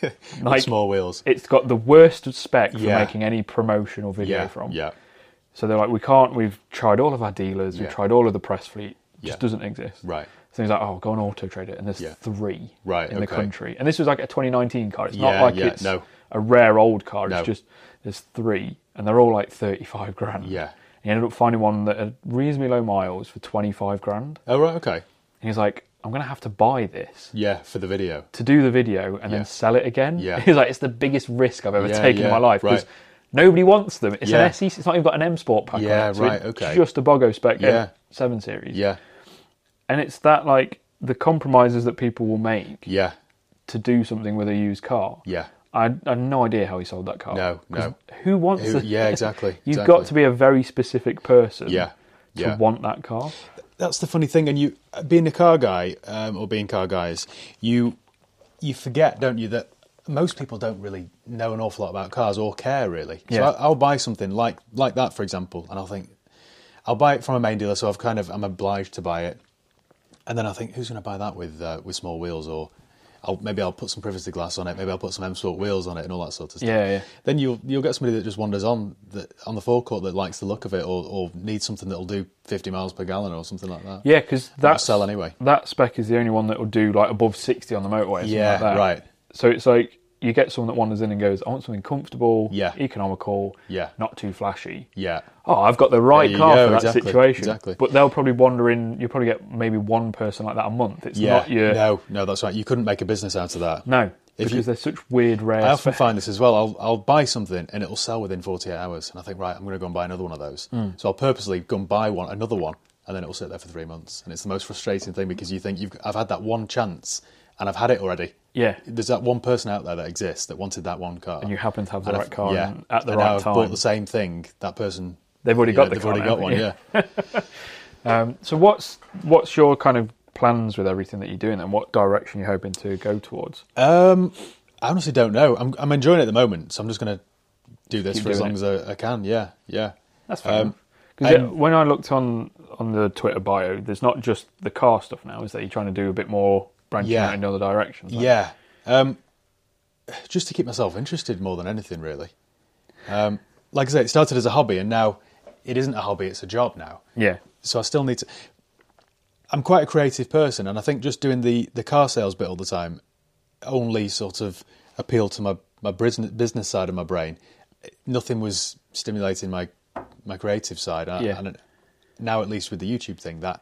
E." Like-
small wheels.
it's got the worst spec for
Yeah.
making any promotional video
yeah,
from.
yeah,
So they're like, we can't. We've tried all of our dealers.
Yeah.
We've tried all of the press fleet. It
Yeah.
Just doesn't exist.
right.
So he's like, oh, go on Auto Trader, and there's
Yeah.
three
Right,
in the
okay.
country. And this was like a 2019 car. It's
Yeah,
not like
yeah,
it's
no.
a rare old car.
No.
It's just there's three, and they're all like 35 grand.
Yeah.
He ended up finding one that had reasonably low miles for 25 grand.
Oh, right, okay.
And he's like, I'm going to have to buy this
Yeah, for the video.
to do the video and
Yeah.
then sell it again.
Yeah.
He's like, it's the biggest risk I've ever
Yeah,
taken
yeah,
in my life because
right.
nobody wants them. It's
Yeah.
an SE, it's not even got an M Sport pack. on
Yeah,
it, so
right,
it's
okay.
Just a Bogo spec
Yeah.
M7 series.
Yeah,
And it's that, like, the compromises that people will make
yeah,
to do something with a used car.
yeah.
I, I had no idea how he sold that car.
No,
'Cause
no.
Who wants
Who-
it?
yeah, exactly,
You've
exactly.
got to be a very specific person
Yeah,
to
yeah.
want that car.
That's the funny thing. And you, uh, being a car guy um, or being car guys, you you forget, don't you, that most people don't really know an awful lot about cars or care really. So
Yeah.
I, I'll buy something like like that, for example, and I'll think I'll buy it from a main dealer, so I've kind of I'm obliged to buy it. And then I think, who's going to buy that with uh, with small wheels or I'll, maybe I'll put some privacy glass on it. Maybe I'll put some M sort wheels on it and all that sort of stuff.
Yeah, yeah.
Then you'll you'll get somebody that just wanders on the, on the forecourt that likes the look of it or, or needs something that'll do 50 miles per gallon or something like that.
Yeah, because that
sell anyway.
That spec is the only one that will do like above sixty on the motorway. something
Yeah,
like that.
right.
So it's like you get someone that wanders in and goes, "I want something comfortable,
Yeah.
economical,
Yeah.
not too flashy."
Yeah.
Oh, I've got the right
There you
car
go,
for that
exactly,
situation.
exactly.
But they'll probably wander in. You'll probably get maybe one person like that a month. It's
Yeah.
not your
No, no, that's right. You couldn't make a business out of that.
no,
If
because
you-
they're such weird, rare.
I often
spec-
find this as well. I'll, I'll buy something and it'll sell within 48 hours. And I think, right, I'm going to go and buy another one of those.
Hmm.
So I'll purposely go and buy one, another one, and then it'll sit there for three months. And it's the most frustrating thing because you think, you've, I've had that one chance and I've had it already.
yeah,
There's that one person out there that exists that wanted that one car.
and you happen to have the
And
right
I've-
car
yeah.
and at the
and now
right
I've
time.
bought the same thing. That person.
They've already
you
got
know,
the
They've
car
already
now,
got one, yeah.
haven't So what's what's your kind of plans with everything that you're doing, and what direction you're hoping to go towards?
Um, I honestly don't know. I'm I'm enjoying it at the moment, so I'm just going to do this
Keep
for as long
doing
as I, I can. Yeah, yeah.
That's
Um,
fair. Because
and-
when I looked on on the Twitter bio, there's not just the car stuff now. Is that you're trying to do a bit more branching
Yeah.
out in other directions? like-
Yeah. Um, just to keep myself interested more than anything, really. Um, like I say, it started as a hobby, and now it isn't a hobby; it's a job now.
yeah,
So I still need to. I'm quite a creative person, and I think just doing the the car sales bit all the time only sort of appealed to my my business business side of my brain. Nothing was stimulating my my creative side. I-
Yeah.
And now, at least with the YouTube thing, that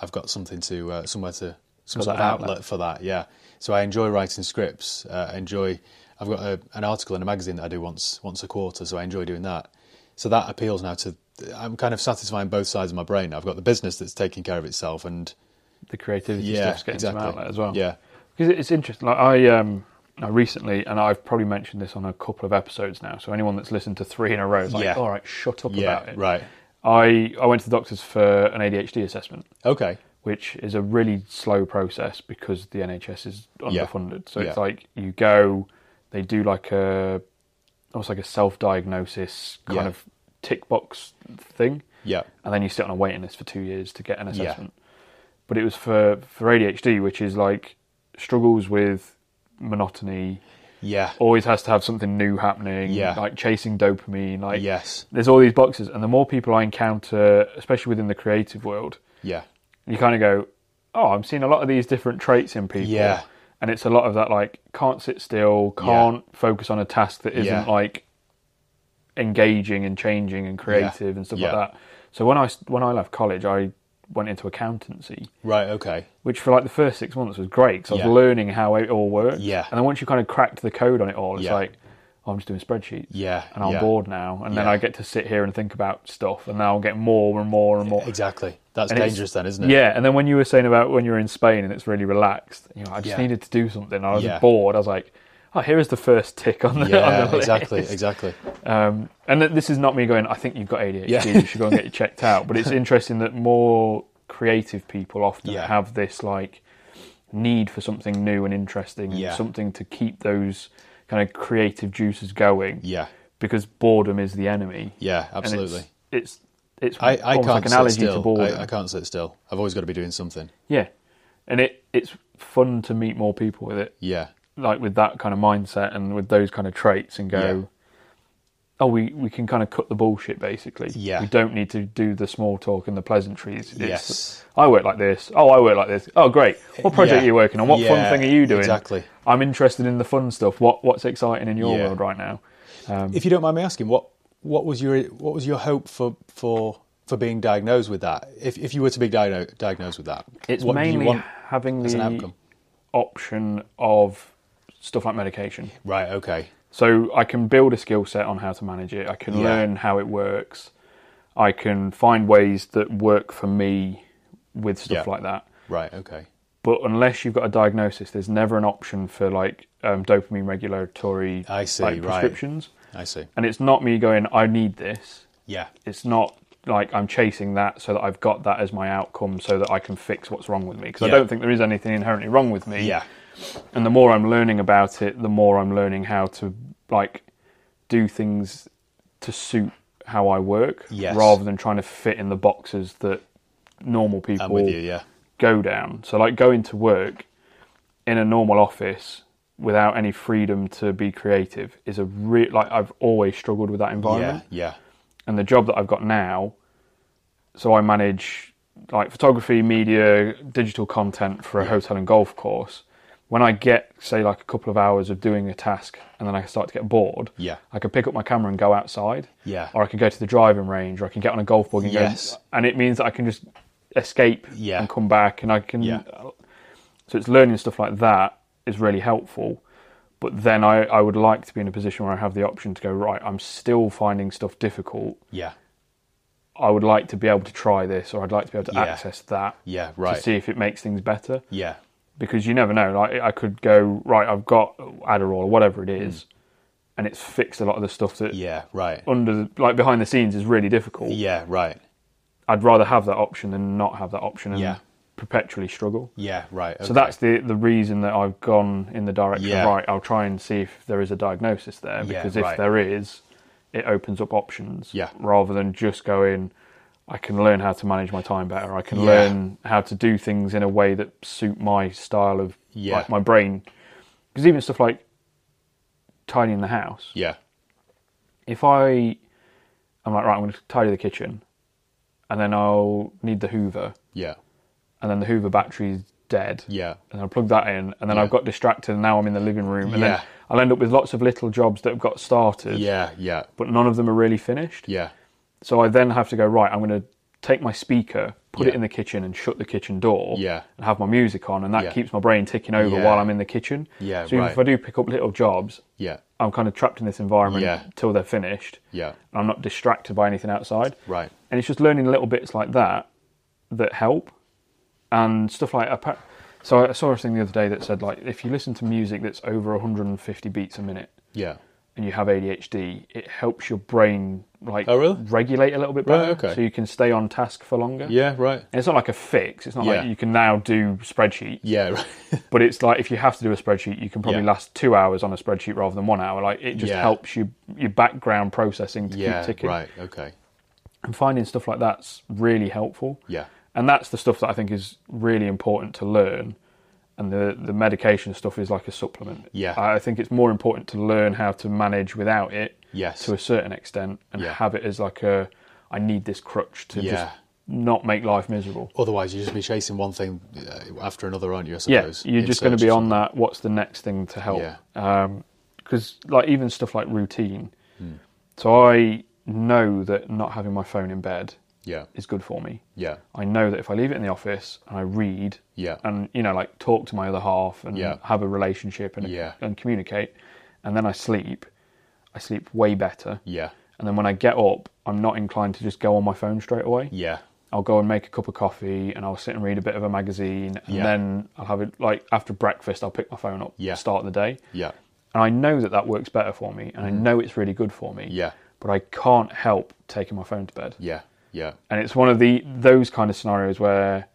I've got something to uh, somewhere to some
Got
sort of
that
outlet.
outlet.
for that. Yeah. So I enjoy writing scripts. Uh, I enjoy. I've got a, an article in a magazine that I do once once a quarter, so I enjoy doing that. So that appeals now to. I'm kind of satisfying both sides of my brain. I've got the business that's taking care of itself, and
the creativity
yeah,
stuff's getting
exactly.
some outlet as well.
Yeah,
because it's interesting. Like I um. I recently, and I've probably mentioned this on a couple of episodes now. So anyone that's listened to three in a row is like,
Yeah.
"All right, shut up about
yeah,
it."
right.
I I went to the doctors for an ADHD assessment,
Okay.
which is a really slow process because the NHS is
Yeah.
underfunded. So it's
Yeah.
like you go, they do like a almost like a self-diagnosis kind
Yeah.
of tick box thing,
Yeah,
and then you sit on a waiting list for two years to get an
Yeah.
assessment. But it was for for ADHD, which is like struggles with monotony,
yeah,
always has to have something new happening,
Yeah.
like chasing dopamine, like
yes,
there's all these boxes, and the more people I encounter, especially within the creative world,
yeah,
you kind of go, oh, I'm seeing a lot of these different traits in people.
Yeah.
And it's a lot of that like can't sit still, can't focus on a task that isn't
Yeah.
like engaging and changing and creative and stuff
Yeah.
like that. So when I s- when I left college, I went into accountancy,
right, okay,
which for like the first six months was great because I
Yeah.
was learning how it all works.
Yeah.
And then once you kind of cracked the code on it all, it's
Yeah.
like oh, I'm just doing spreadsheets.
Yeah,
And I'm
yeah.
bored now, and then
Yeah.
I get to sit here and think about stuff, and then I'll get more and more and more.
exactly. That's
And it's-
dangerous, then, isn't it?
Yeah, and then when you were saying about when you're in Spain and it's really relaxed, you know, I just
Yeah.
needed to do something. I was
Yeah.
bored. I was like, oh, here is the first tick on the, on
yeah,
the
exactly,
list.
exactly.
Um, and th- this is not me going, I think you've got ADHD,
Yeah.
you should go and get it checked out. But it's interesting that more creative people often
Yeah.
have this like need for something new and interesting, and
Yeah.
something to keep those kind of creative juices going.
Yeah,
Because boredom is the enemy.
yeah,
And it's-
absolutely.
It's it's,
I, I
almost
can't
like an
sit
allergy
still.
to boredom.
I, I can't sit still. I've always got to be doing something.
Yeah, and it it's fun to meet more people with it,
Yeah,
like with that kind of mindset and with those kind of traits, and go,
Yeah.
oh, we we can kind of cut the bullshit basically.
Yeah.
we don't need to do the small talk and the pleasantries. It's,
Yes.
I work like this. Oh, I work like this. Oh, great. What project
Yeah.
are you working on? What
Yeah,
fun thing are you doing?
exactly.
I'm interested in the fun stuff. What what's exciting in your
Yeah.
world right now? Um,
if you don't mind me asking, what what was your what was your hope for for for being diagnosed with that? If if you were to be diagno- diagnosed with that,
It's
what did you
mainly
want?
having
as an
the
outcome?
option of stuff like medication.
Right. Okay.
So I can build a skill set on how to manage it. I can
Yeah.
learn how it works. I can find ways that work for me with stuff
Yeah.
like that.
Right. Okay.
But unless you've got a diagnosis, there's never an option for like um, dopamine regulatory
I see,
like,
right.
prescriptions.
I see.
And it's not me going, I need this.
Yeah.
It's not like I'm chasing that so that I've got that as my outcome so that I can fix what's wrong with me. Because
Yeah.
I don't think there is anything inherently wrong with me
Yeah.
and the more I'm learning about it, the more I'm learning how to like do things to suit how I work,
Yes.
rather than trying to fit in the boxes that normal
I'm
people
with you. Yeah.
go down. So like going to work in a normal office without any freedom to be creative is a real like I've always struggled with that environment
Yeah. Yeah.
and the job that I've got now, so I manage like photography, media, digital content for a hotel and golf course. When I get say like a couple of hours of doing a task and then I start to get bored,
Yeah.
I could pick up my camera and go outside,
Yeah.
or I could go to the driving range, or I can get on a golf ball and
Yes.
go, and it means that I can just escape
Yeah.
and come back, and I can.
Yeah.
So it's learning stuff like that is really helpful. But then I, I would like to be in a position where I have the option to go right. I'm still finding stuff difficult,
Yeah.
I would like to be able to try this, or I'd like to be able to
Yeah.
access that
Yeah.
to
Right.
see if it makes things better.
Yeah.
Because you never know. Like I could go right. I've got Adderall or whatever it is, and it's fixed a lot of the stuff that
Mm. Yeah. Right.
under like behind the scenes is really difficult.
Yeah. Right.
I'd rather have that option than not have that option and
Yeah.
perpetually struggle.
Yeah. Right.
So that's the the reason that I've gone in the direction
Yeah.
of, right. I'll try and see if there is a diagnosis there
Yeah,
because if
right.
there is, it opens up options.
Yeah.
Rather than just going, I can learn how to manage my time better. I can
Yeah.
learn how to do things in a way that suit my style of
Yeah.
like my brain. Because even stuff like tidying the house,
Yeah.
if I, I'm like right, I'm going to tidy the kitchen, and then I'll need the Hoover,
Yeah.
and then the Hoover battery's dead
Yeah.
and I plug that in, and then I've got distracted, and now I'm in the living room, and
Yeah.
then I'll end up with lots of little jobs that have got started,
Yeah. Yeah.
but none of them are really finished.
Yeah.
So I then have to go right. I'm going to take my speaker, put it
Yeah.
in the kitchen, and shut the kitchen door,
Yeah.
and have my music on, and that
Yeah.
keeps my brain ticking over
Yeah.
while I'm in the kitchen.
Yeah,
So even
right.
if I do pick up little jobs,
Yeah.
I'm kind of trapped in this environment
Yeah.
till they're finished.
Yeah.
And I'm not distracted by anything outside.
Right.
And it's just learning little bits like that that help and stuff like appa- so I saw a thing the other day that said like if you listen to music that's over 150 beats a minute
Yeah.
and you have ADHD, it helps your brain like
Oh, really?
regulate a little bit
Right,
better
okay.
so you can stay on task for longer.
Yeah. Right.
And it's not like a fix. It's not
Yeah.
like you can now do spreadsheets
Yeah. Right.
but it's like if you have to do a spreadsheet, you can probably
Yeah.
last two hours on a spreadsheet rather than one hour. Like it just
Yeah.
helps you your background processing to
yeah.
keep ticking.
Right. Okay.
And finding stuff like that's really helpful.
Yeah.
And that's the stuff that I think is really important to learn. And the the medication stuff is like a supplement.
Yeah.
I think it's more important to learn how to manage without it
Yes.
to a certain extent and
Yeah.
have it as like a I need this crutch to
Yeah.
just not make life miserable.
Otherwise, you'd just be chasing one thing uh, after another, aren't you? I
yeah,
suppose.
you're
in
just going to
search
be
of
on that. What's the next thing to help?
Yeah.
Because like even stuff like routine.
Hmm.
So I know that not having my phone in bed
Yeah.
is good for me.
Yeah.
I know that if I leave it in the office and I read
Yeah.
and you know like talk to my other half and
Yeah.
have a relationship and
Yeah.
and communicate, and then I sleep, I sleep way better.
Yeah.
And then when I get up, I'm not inclined to just go on my phone straight away.
Yeah.
I'll go and make a cup of coffee and I'll sit and read a bit of a magazine and
Yeah.
then I'll have it like after breakfast I'll pick my phone up
Yeah.
start the day
Yeah.
and I know that that works better for me and I know it's really good for me
Mm. Yeah.
but I can't help taking my phone to bed
Yeah. Yeah.
and it's one of the those kind of scenarios where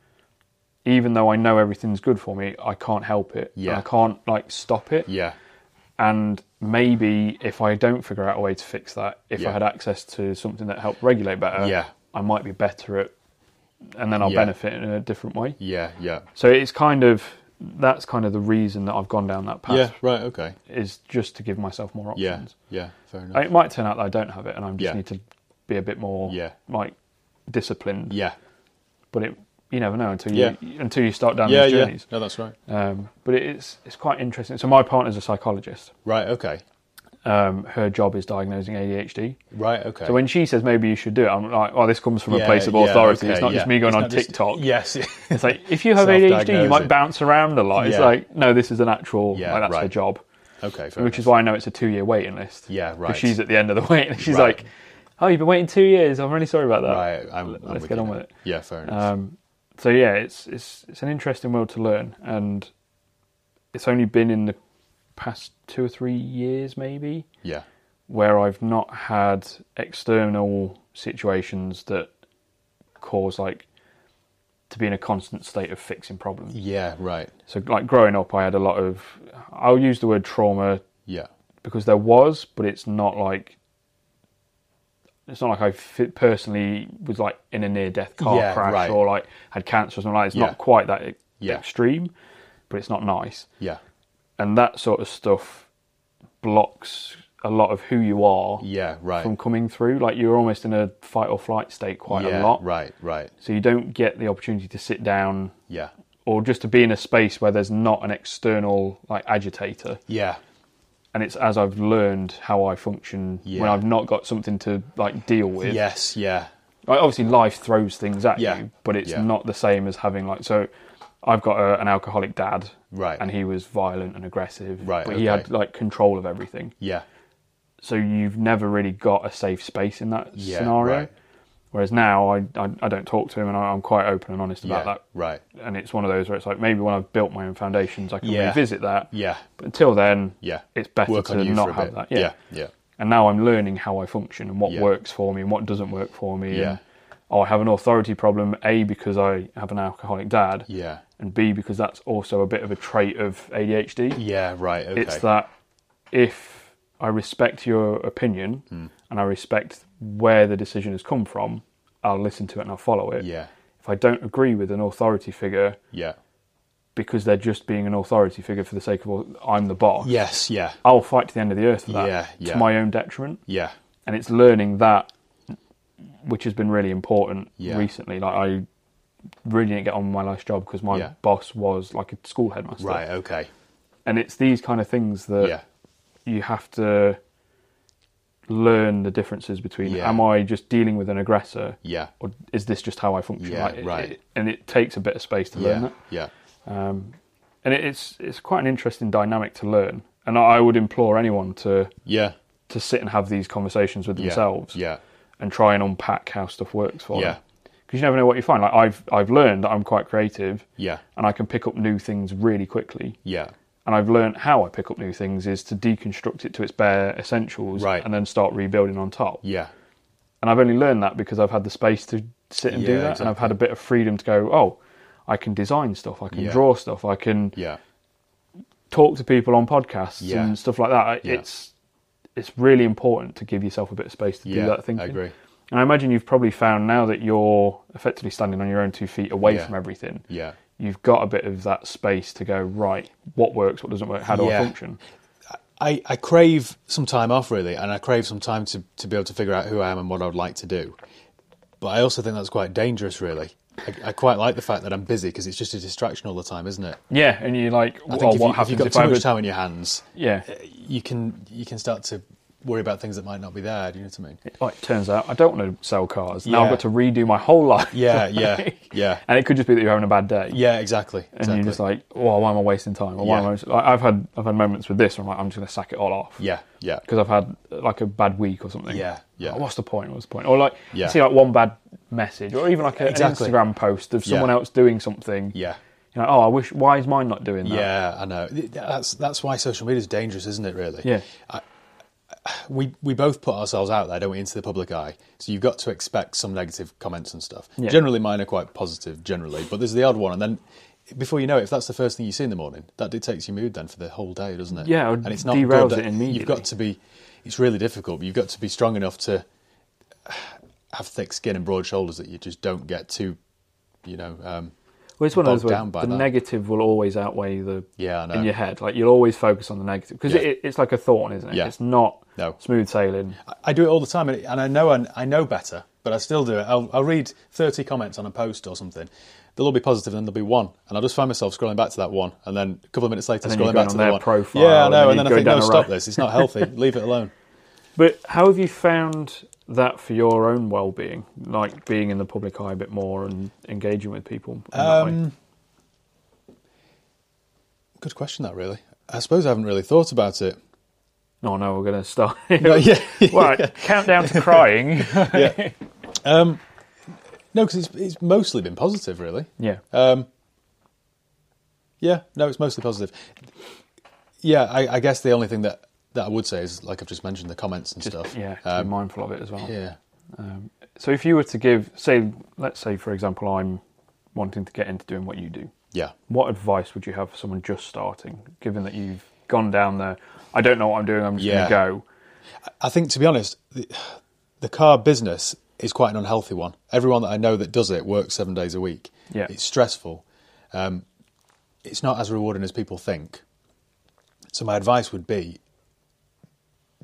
even though I know everything's good for me, I can't help it.
Yeah.
And I can't like stop it.
Yeah.
And maybe if I don't figure out a way to fix that, if
Yeah.
I had access to something that helped regulate better,
Yeah.
I might be better at, and then I'll
Yeah.
benefit in a different way.
Yeah. Yeah.
So it's kind of that's kind of the reason that I've gone down that path
Yeah. Right. Okay.
is just to give myself more
Yeah.
options.
Yeah. Fair enough.
And It might turn out that I don't have it, and I just
Yeah.
need to be a bit more
Yeah.
like disciplined.
yeah.
But it you never know until you until you start down
Yeah.
these
Yeah.
journeys.
No, that's right.
Um, but it's it's quite interesting. So my partner's a psychologist.
Right. Okay.
Um, her job is diagnosing ADHD.
Right. Okay.
So when she says maybe you should do it, I'm like, oh, this comes from a
Yeah,
place of
yeah,
authority.
okay,
it's not
yeah.
just me going
It's
on
not just-
TikTok.
Yes.
It's like if you have ADHD, you
Self-diagnosing.
might bounce around a lot. It's
Yeah.
like no, this is an actual.
Yeah,
like, that's her
right.
job,
okay. Fair
which
enough.
is why I know it's a two-year waiting list.
Yeah, right.
Because she's at the end of the wait, and she's
Right.
like, "Oh, you've been waiting two years. I'm really sorry about that."
right. I'm, I'm
Let's
with
get
you
on
now.
with it.
Yeah. Fair enough.
Um, so yeah, it's it's it's an interesting world to learn, and it's only been in the past two or three years, maybe,
yeah.
where I've not had external situations that cause like to be in a constant state of fixing problems.
Yeah. Right.
So like growing up, I had a lot of I'll use the word trauma
Yeah.
because there was, but it's not like it's not like I fi- personally was like in a near death car
Yeah,
crash
right.
or like had cancer or something like. That. It's
Yeah.
not quite that e-
Yeah.
extreme, but it's not nice,
Yeah.
and that sort of stuff blocks a lot of who you are
Yeah. Right.
from coming through. Like you're almost in a fight or flight state quite
yeah.
a lot,
Right. Right.
so you don't get the opportunity to sit down
Yeah.
or just to be in a space where there's not an external like agitator
Yeah.
and it's as I've learned how I function when
Yeah.
I've not got something to like deal with.
Yes. Yeah.
Like, obviously, life throws things at
Yeah.
you, but it's
Yeah.
not the same as having like so. I've got a, an alcoholic dad,
Right.
and he was violent and aggressive,
Right,
But he had
okay.
like control of everything,
Yeah.
so you've never really got a safe space in that
Yeah,
scenario.
right.
Whereas now, I, I I don't talk to him, and I, I'm quite open and honest about
yeah.
that.
Right.
And it's one of those where it's like maybe when I've built my own foundations, I can
Yeah.
revisit that.
Yeah.
But until then,
Yeah.
it's better
Work
to
on you
not
for a
have
bit.
that.
Yeah. Yeah.
and now I'm learning how I function and what
Yeah.
works for me and what doesn't work for me.
Yeah.
And, oh, I have an authority problem, A, because I have an alcoholic dad,
Yeah.
and B, because that's also a bit of a trait of ADHD.
Yeah. Right. Okay.
It's that if I respect your opinion
Hmm.
and I respect where the decision has come from, I'll listen to it and I'll follow it.
Yeah.
If I don't agree with an authority figure
Yeah.
because they're just being an authority figure for the sake of "Well, I'm the boss,
Yes. Yeah.
I'll fight to the end of the earth for that
Yeah, yeah.
to my own detriment
Yeah.
and it's learning that which has been really important
Yeah.
recently like i really didn't get on with my last job because my
Yeah.
boss was like a school headmaster
Right. Okay.
and it's these kind of things that
Yeah.
you have to learn the differences between
Yeah.
am i just dealing with an aggressor
Yeah.
or is this just how i function
Yeah,
Like, it-
right.
it- and it takes a bit of space to learn
Yeah.
that
Yeah.
um, and it, it's it's quite an interesting dynamic to learn and i I would implore anyone to
Yeah.
to sit and have these conversations with
Yeah.
themselves
Yeah.
and try and unpack how stuff works for
Yeah.
Because you never know what you find. Like I've I've learned that I'm quite creative
Yeah.
and I can pick up new things really quickly.
Yeah.
And I've learned how I pick up new things is to deconstruct it to its bare essentials
Right.
and then start rebuilding on top.
Yeah.
And I've only learned that because I've had the space to sit and do
Yeah,
that and I've had a bit of freedom to go, oh, I can design stuff, I can
Yeah.
draw stuff, I can
Yeah.
talk to people on podcasts
Yeah.
and stuff like that. I-
Yeah.
It's it's really important to give yourself a bit of space to
Yeah,
do that thinking.
I agree.
And I imagine you've probably found now that you're effectively standing on your own two feet away
Yeah.
from everything.
Yeah.
You've got a bit of that space to go right. What works? What doesn't work? How do I
Yeah.
function?
I, I crave some time off really, and I crave some time to, to be able to figure out who I am and what I would like to do. But I also think that's quite dangerous, really. I, I quite like the fact that I'm busy because it's just a distraction all the time, isn't it?
Yeah, and you're like,
I
well,
think if,
what
you,
happens
have got
if
too
I
much
was?
time on your hands,
Yeah,
you can you can start to worry about things that might not be there. Do you know what I mean?
like it turns out I don't want to sell cars. Now I've
eh, Yeah.
got to redo my whole life.
Yeah, yeah, yeah,
and it could just be that you're having a bad day.
yeah. Exactly.
And
exactly.
you're just like, well, why am I wasting time? Or why
Yeah.
am I wasting-" like, I've had I've had moments with this. Where I'm like, I'm just going to sack it all off.
yeah, yeah,
because I've had like a bad week or something.
Yeah, yeah.
Like, what's the point? What's the point? Or like,
Yeah.
you see like one bad message, or even like a,
Exactly.
an Instagram post of someone
Yeah.
else doing something.
yeah,
You're like, oh, I wish. Why is mine not doing that?
yeah. I know. That's that's why social media is dangerous, isn't it? Really.
Yeah.
we we both put ourselves out there, don't we, into the public eye. So you've got to expect some negative comments and stuff.
Yeah.
Generally, mine are quite positive, generally, but there's the odd one, and then. Before you know it, if that's the first thing you see in the morning, that dictates your mood then for the whole day, doesn't it?
Yeah, it would
and it's not good.
derails
that-
it immediately.
You've got to be. It's really difficult. But you've got to be strong enough to have thick skin and broad shoulders that you just don't get too, you know. Um,
Well, it's one of
bogged
those where
down by
the
that.
negative will always outweigh the
Yeah, I know.
in your head. Like you'll always focus on the negative because
Yeah.
it, it's like a thorn, isn't it?
Yeah.
It's not
No.
smooth sailing.
I- I do it all the time, and, it- and I know and I know better, but I still do it. I'll, I'll read thirty comments on a post or something. They'll all be positive, and then there'll be one, and I'll just find myself scrolling back to that one, and then a couple of minutes later,
And then you're
scrolling
going
back to
on
the
their
one.
profile,
yeah, I know, and
and then
then
you
I think,
go
no,
down a
stop
row.
this. It's not healthy. Leave it alone.
But how have you found that for your own well-being, like being in the public eye a bit more and engaging with people? in that way?
Um, good question, that really. I suppose I haven't really thought about it.
No, no, we're going to start. Right,
No, yeah,
countdown to crying.
yeah. Um, no, because it's it's mostly been positive, really.
yeah,
Um, yeah, no, it's mostly positive. Yeah, I, I guess the only thing that, that I would say is, like I've just mentioned, the comments and
just
stuff.
yeah, to be
Um,
mindful of it as well.
yeah.
Um, so if you were to give, say, let's say for example, I'm wanting to get into doing what you do.
Yeah.
What advice would you have for someone just starting, given that you've gone down there? I don't know what I'm doing. I'm just
Yeah.
going to go.
I think, to be honest, the, the car business is quite an unhealthy one. Everyone that I know that does it works seven days a week.
Yeah.
It's stressful. Um, it's not as rewarding as people think. So my advice would be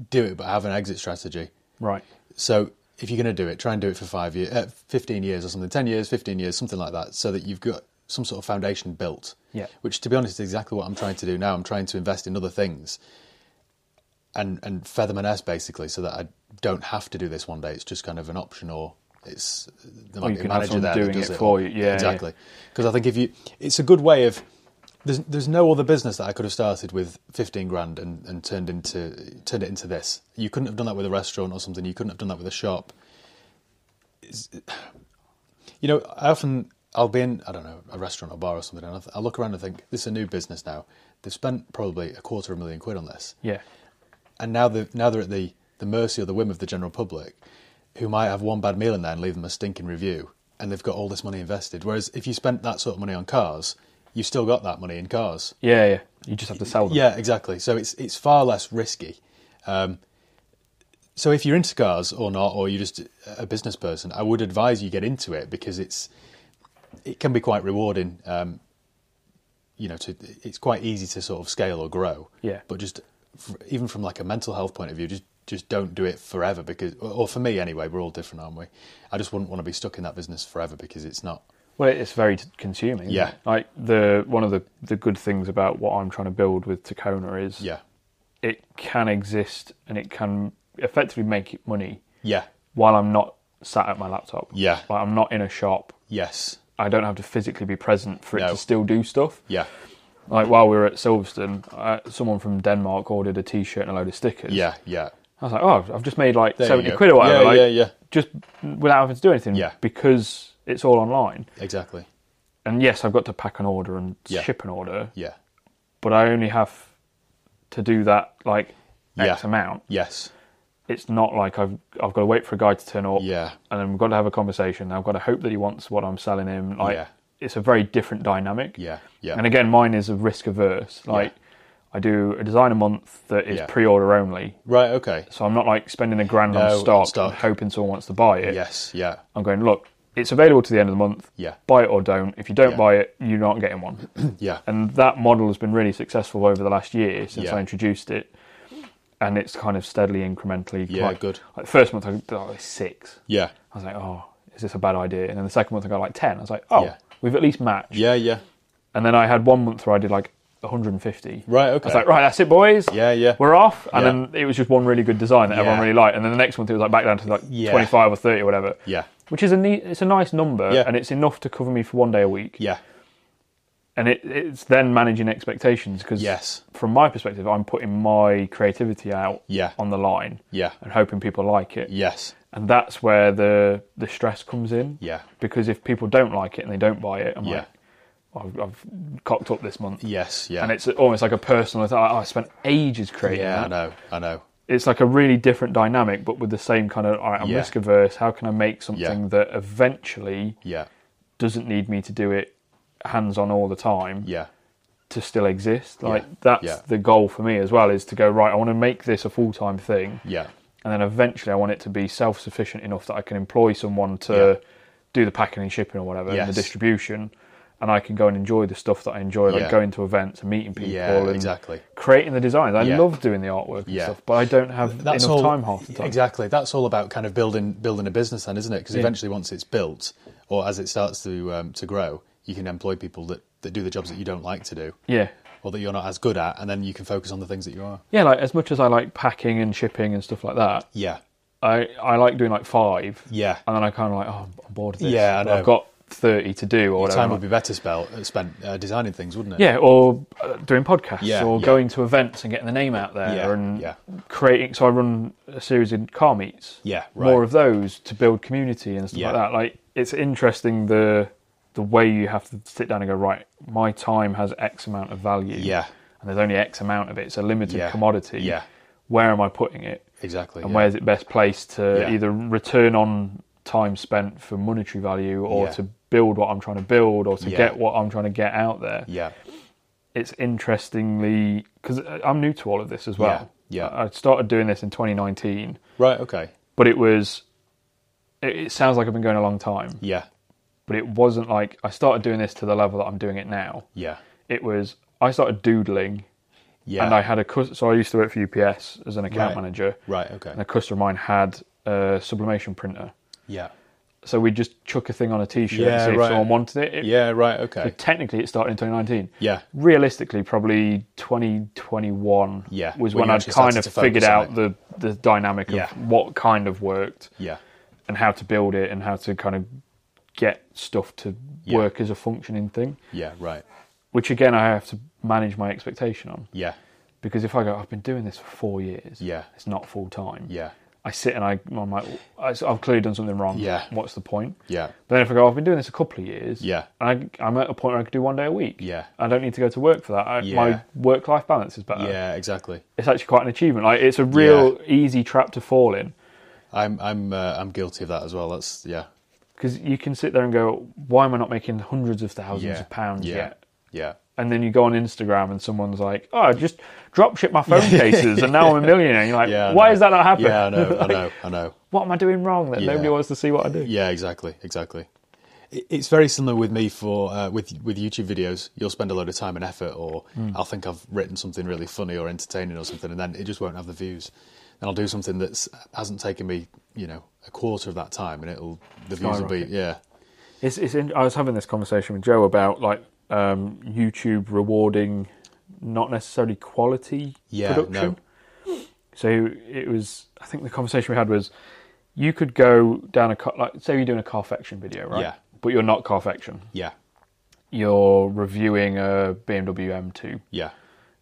do it, but have an exit strategy.
Right.
So if you're going to do it, try and do it for five years, uh, fifteen years or something, ten years, fifteen years, something like that, so that you've got some sort of foundation built.
Yeah.
Which, to be honest, is exactly what I'm trying to do now. I'm trying to invest in other things, and and feather my nest basically, so that I don't have to do this one day. It's just kind of an option, or it's there might
Or you
be
can
a
have
manager
someone
there
doing
that does
it
it,
for you. Yeah, yeah.
exactly. Because I think if you, it's a good way of. There's, there's no other business that I could have started with 15 grand and, and turned into turned it into this. You couldn't have done that with a restaurant or something. You couldn't have done that with a shop. It's- you know, I often I'll be in I don't know a restaurant or bar or something, and I, th- I look around and think this is a new business now. They've spent probably a quarter of a million quid on this,
Yeah.
and now they now they're at the the mercy or the whim of the general public, who might have one bad meal in there and leave them a stinking review, and they've got all this money invested. Whereas if you spent that sort of money on cars, you've still got that money in cars.
Yeah. Yeah. You just have to sell them.
Yeah, exactly. So it's it's far less risky. Um, so if you're into cars or not, or you're just a business person, I would advise you get into it because it's it can be quite rewarding. Um, you know, to, it's quite easy to sort of scale or grow.
Yeah.
But just f even from like a mental health point of view, just just don't do it forever because, or for me anyway, we're all different, aren't we? I just wouldn't want to be stuck in that business forever because it's not.
Well, it's very t- consuming. isn't
Yeah.
it? Like the one of the the good things about what I'm trying to build with Tacona is
Yeah.
it can exist and it can effectively make money
Yeah.
while I'm not sat at my laptop.
Yeah.
Like I'm not in a shop.
Yes.
I don't have to physically be present for it
No.
to still do stuff.
Yeah.
Like while we were at Silverstone, uh, someone from Denmark ordered a T-shirt and a load of stickers.
Yeah. Yeah.
I was like, oh, I've just made like
There you
seventy
go.
quid or whatever.
Yeah,
like,
yeah, yeah.
Just without having to do anything.
Yeah.
Because it's all online.
Exactly.
And yes, I've got to pack an order and
Yeah.
ship an order,
Yeah.
but I only have to do that like X
Yeah.
amount.
Yes.
It's not like I've I've got to wait for a guy to turn up.
Yeah.
And then we've got to have a conversation. I've got to hope that he wants what I'm selling him. Like
Yeah.
it's a very different dynamic.
Yeah, yeah.
And again, mine is a risk averse. Like I do a design a month that is
Yeah.
pre-order only,
right, okay.
so I'm not like spending a grand
No,
on stock,
stock.
and hoping someone wants to buy it.
Yes, yeah,
I'm going look. It's available to the end of the month.
Yeah.
Buy it or don't. If you don't
Yeah.
buy it, you're not getting one.
yeah,
and that model has been really successful over the last year since
Yeah.
I introduced it, and it's kind of steadily incrementally.
Yeah,
like-
good.
Like the first month, I got like six.
yeah,
I was like, oh, is this a bad idea? And then the second month, I got like ten. I was like, oh,
Yeah.
we've at least matched.
yeah, yeah.
And then I had one month where I did like 150.
Right,
I
okay.
was like, right, that's it, boys.
Yeah, yeah.
We're off. And
Yeah.
then it was just one really good design that everyone
Yeah.
really liked. And then the next month it was like back down to like
Yeah.
25 or 30 or whatever.
Yeah.
Which is a neat, it's a nice number
Yeah.
and it's enough to cover me for one day a week
yeah,
and it, it's then managing expectations because
Yes.
from my perspective i'm putting my creativity out
Yeah.
on the line
yeah,
and hoping people like it
yes,
and that's where the the stress comes in
yeah,
because if people don't like it and they don't buy it i'm
Yeah.
like I've, I've cocked up this month
yes, yeah.
and it's almost like a personal thought oh, i spent ages creating
yeah, I
that
know, I know.
it's like a really different dynamic, but with the same kind of all right, I'm
Yeah.
risk averse. How can I make something
Yeah.
that eventually
Yeah.
doesn't need me to do it hands on all the time
Yeah.
to still exist? Like
Yeah.
that's
Yeah.
the goal for me as well is to go right. I want to make this a full time thing,
Yeah.
and then eventually I want it to be self sufficient enough that I can employ someone to do the packing and shipping or whatever, and
Yes.
the distribution, and I can go and enjoy the stuff that I enjoy, like
Yeah.
going to events and meeting people.
Yeah,
and
exactly.
Creating the designs. I
Yeah.
love doing the artwork
Yeah.
and stuff, but I don't have
That's
enough
all,
time half the time.
Exactly. That's all about kind of building building a business then, isn't it? Because
Yeah.
eventually once it's built or as it starts to um, to grow, you can employ people that, that do the jobs that you don't like to do
Yeah.
or that you're not as good at and then you can focus on the things that you are.
Yeah, like as much as I like packing and shipping and stuff like that,
Yeah.
I, I like doing like five.
Yeah.
And then I kind of like, oh, I'm bored of this.
Yeah, I
but
know.
I've got 30 to do or
Your
whatever.
time would be better spell, spent uh, designing things, wouldn't it?
yeah, or uh, doing podcasts
Yeah,
or
yeah.
going to events and getting the name out there
Yeah,
and
yeah.
creating. So I run a series in car meets.
Yeah, right.
More of those to build community and stuff
Yeah.
like that. Like it's interesting the the way you have to sit down and go right. My time has X amount of value.
Yeah.
And there's only X amount of it. It's a limited
Yeah,
commodity.
yeah.
Where am I putting it?
Exactly.
and
yeah.
where's it best placed to
Yeah.
either return on time spent for monetary value or
Yeah.
to build what I'm trying to build or to
Yeah.
get what I'm trying to get out there.
Yeah.
It's interestingly because I'm new to all of this as well.
Yeah, yeah.
I I started doing this in 2019,
Right, okay.
but it was it, it sounds like I've been going a long time,
Yeah.
but it wasn't like I started doing this to the level that I'm doing it now.
Yeah.
It was I started doodling
Yeah.
and I had a cus- so I used to work for UPS as an account
Right.
manager.
Right, okay.
And a customer of mine had a sublimation printer.
Yeah.
so we'd just chuck a thing on a t-shirt and
Yeah,
see if
right.
someone wanted it. It-
Yeah, right, okay.
Technically, it started in 2019.
Yeah.
Realistically, probably 2021
Yeah,
was
when
when,
you
I'd
actually
kind
started
of
to focus
figured
on
out
it.
the, the dynamic of
Yeah.
what kind of worked
Yeah.
and how to build it and how to kind of get stuff to
Yeah.
work as a functioning thing,
Yeah, right.
which again, I have to manage my expectation on.
Yeah.
Because if I go, I've been doing this for four years,
Yeah.
it's not full time.
Yeah.
I sit and I, I'm like, I- I've clearly done something wrong.
Yeah.
What's the point?
Yeah.
But then if I go, I've been doing this a couple of years.
Yeah.
And I, I'm at a point where I could do one day a week.
Yeah.
I don't need to go to work for that. I,
Yeah.
My work life balance is better.
Yeah, exactly.
It's actually quite an achievement. Like it's a real easy trap to fall in
I'm I'm uh, I'm guilty of that as well. That's yeah.
because you can sit there and go, why am I not making hundreds of thousands
yeah.
of pounds
yeah.
yet?
Yeah.
And then you go on Instagram and someone's like, oh, I just drop ship my phone cases and now I'm a millionaire. And you're like,
Yeah. I
why
know.
is that not happening?
Yeah, I know. I know. I know.
what am I doing wrong that
Yeah.
nobody wants to see what I do?
Yeah, exactly. Exactly. It- It's very similar with me for uh, with with YouTube videos. You'll spend a load of time and effort, or
Hmm.
I'll think I've written something really funny or entertaining or something, and then it just won't have the views. And I'll do something that's hasn't taken me, you know, a quarter of that time, and it'll the views will be
Skyrocket.
yeah,
It's, it's in, I was having this conversation with Joe about like um, YouTube rewarding not necessarily quality
Yeah,
production. So it was. I think the conversation we had was you could go down a car, like say you're doing a carfection video, right?
Yeah.
But you're not carfection.
yeah,
You're reviewing a BMW M2,
yeah,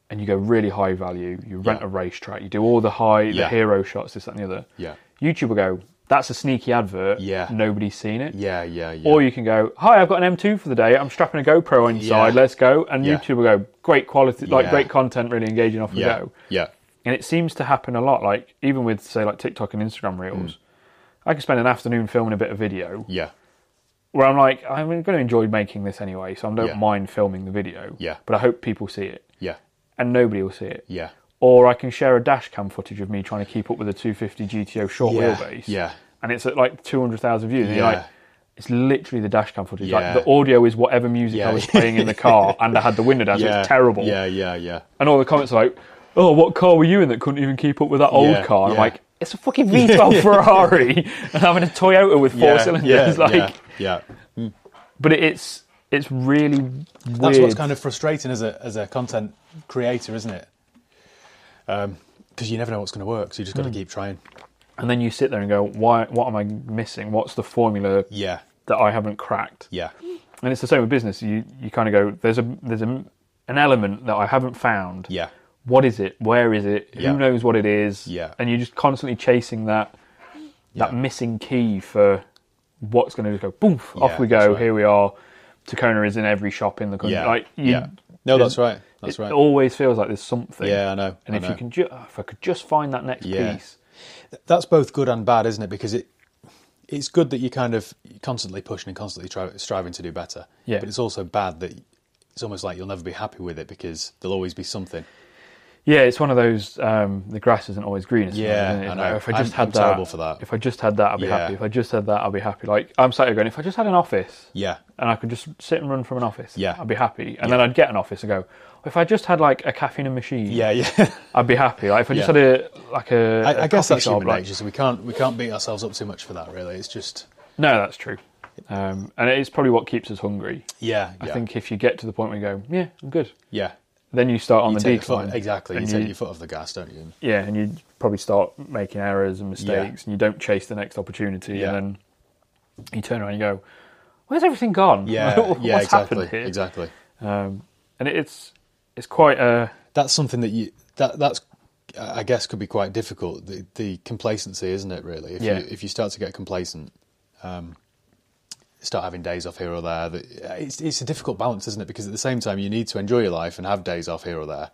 and you go really high value. You rent
Yeah.
a racetrack. You do all the high,
Yeah.
the hero shots, this, that, and the other.
Yeah.
YouTube will go. That's a sneaky advert.
Yeah.
Nobody's seen it.
yeah, yeah, yeah.
Or you can go, hi, I've got an M2 for the day. I'm strapping a GoPro on your
Yeah.
side. Let's go. And
Yeah.
YouTube will go, great quality, like
Yeah.
great content, really engaging. Off we
yeah,
go.
yeah,
And it seems to happen a lot. Like even with say like TikTok and Instagram Reels,
Hmm.
I can spend an afternoon filming a bit of video
yeah,
where I'm like, I'm going to enjoy making this anyway, so I don't
Yeah.
mind filming the video.
Yeah.
But I hope people see it,
yeah,
and nobody will see it.
yeah,
Or I can share a dash cam footage of me trying to keep up with a 250 GTO short
Yeah,
wheelbase.
yeah.
And it's at like 200,000 views. And you're
Yeah.
like, it's literally the dash cam footage.
Yeah.
Like the audio is whatever music
Yeah.
I was playing in the car and I had the window down, so
yeah.
it's terrible.
Yeah, yeah, yeah.
And all the comments are like, oh, what car were you in that couldn't even keep up with that old
Yeah,
car? And
yeah.
I'm like, it's a fucking V12 Ferrari and I'm in a Toyota with four
yeah,
cylinders.
Yeah,
like,
yeah, yeah.
But it's it's really weird.
That's what's kind of frustrating as a as a content creator, isn't it? Because you never know what's going to work, so you just
Hmm.
got to keep trying.
And then you sit there and go, why? What am I missing? What's the formula
Yeah,
that I haven't cracked?
yeah,
and it's the same with business. You you kind of go, there's a there's a, an element that I haven't found.
yeah,
What is it? Where is it?
Yeah.
Who knows what it is?
Yeah.
And you're just constantly chasing that that
Yeah.
missing key for what's going to just go boom
Yeah,
off we
that's
go.
right.
Here we are. Tacona is in every shop in the country.
yeah.
Like you,
yeah. No, that's right. That's
it
right.
always feels like there's something.
Yeah, I know.
And
I
if
know.
you can, ju- oh, if I could just find that next
Yeah.
piece,
that's both good and bad, isn't it? Because it it's good that you kind of you're constantly pushing and constantly try, striving to do better.
Yeah.
But it's also bad that it's almost like you'll never be happy with it because there'll always be something.
yeah, it's one of those. Um, the grass isn't always green. it's
Yeah,
another, isn't it?
I
If
know.
If I just
I'm-
had
I'm
that,
terrible for that.
If I just had that, I'd be
Yeah.
happy. If I just had that, I'd be happy. Like I'm sat here going, if I just had an office,
Yeah.
and I could just sit and run from an office,
Yeah.
I'd be happy. And then I'd get an office and go, if I just had like a cafe and a machine,
Yeah, yeah.
I'd be happy. Like if I just
Yeah.
had a like a
I,
a
I guess
coffee
that's
shop,
human
like-
nature, so we can't we can't beat ourselves up too much for that really. It's just
No, that's true. Um, and it's probably what keeps us hungry.
yeah,
I
yeah.
think if you get to the point where you go, yeah, I'm good,
yeah.
then you start on
You
the
take your
decline.
foot, exactly. You
and
take
you-
your foot off the gas, don't you?
yeah, and you probably start making errors and mistakes, and you don't chase the next opportunity,
Yeah.
and then you turn around and you go, "Where's everything gone?
Yeah,
What's
yeah, exactly,
happened here?"
exactly.
Um, and it- it's it's quite a
That's something that you that that's I guess could be quite difficult. The, the complacency, isn't it? Really, if
Yeah.
you if you start to get complacent, um, start having days off here or there. That it's it's a difficult balance, isn't it? Because at the same time, you need to enjoy your life and have days off here or there.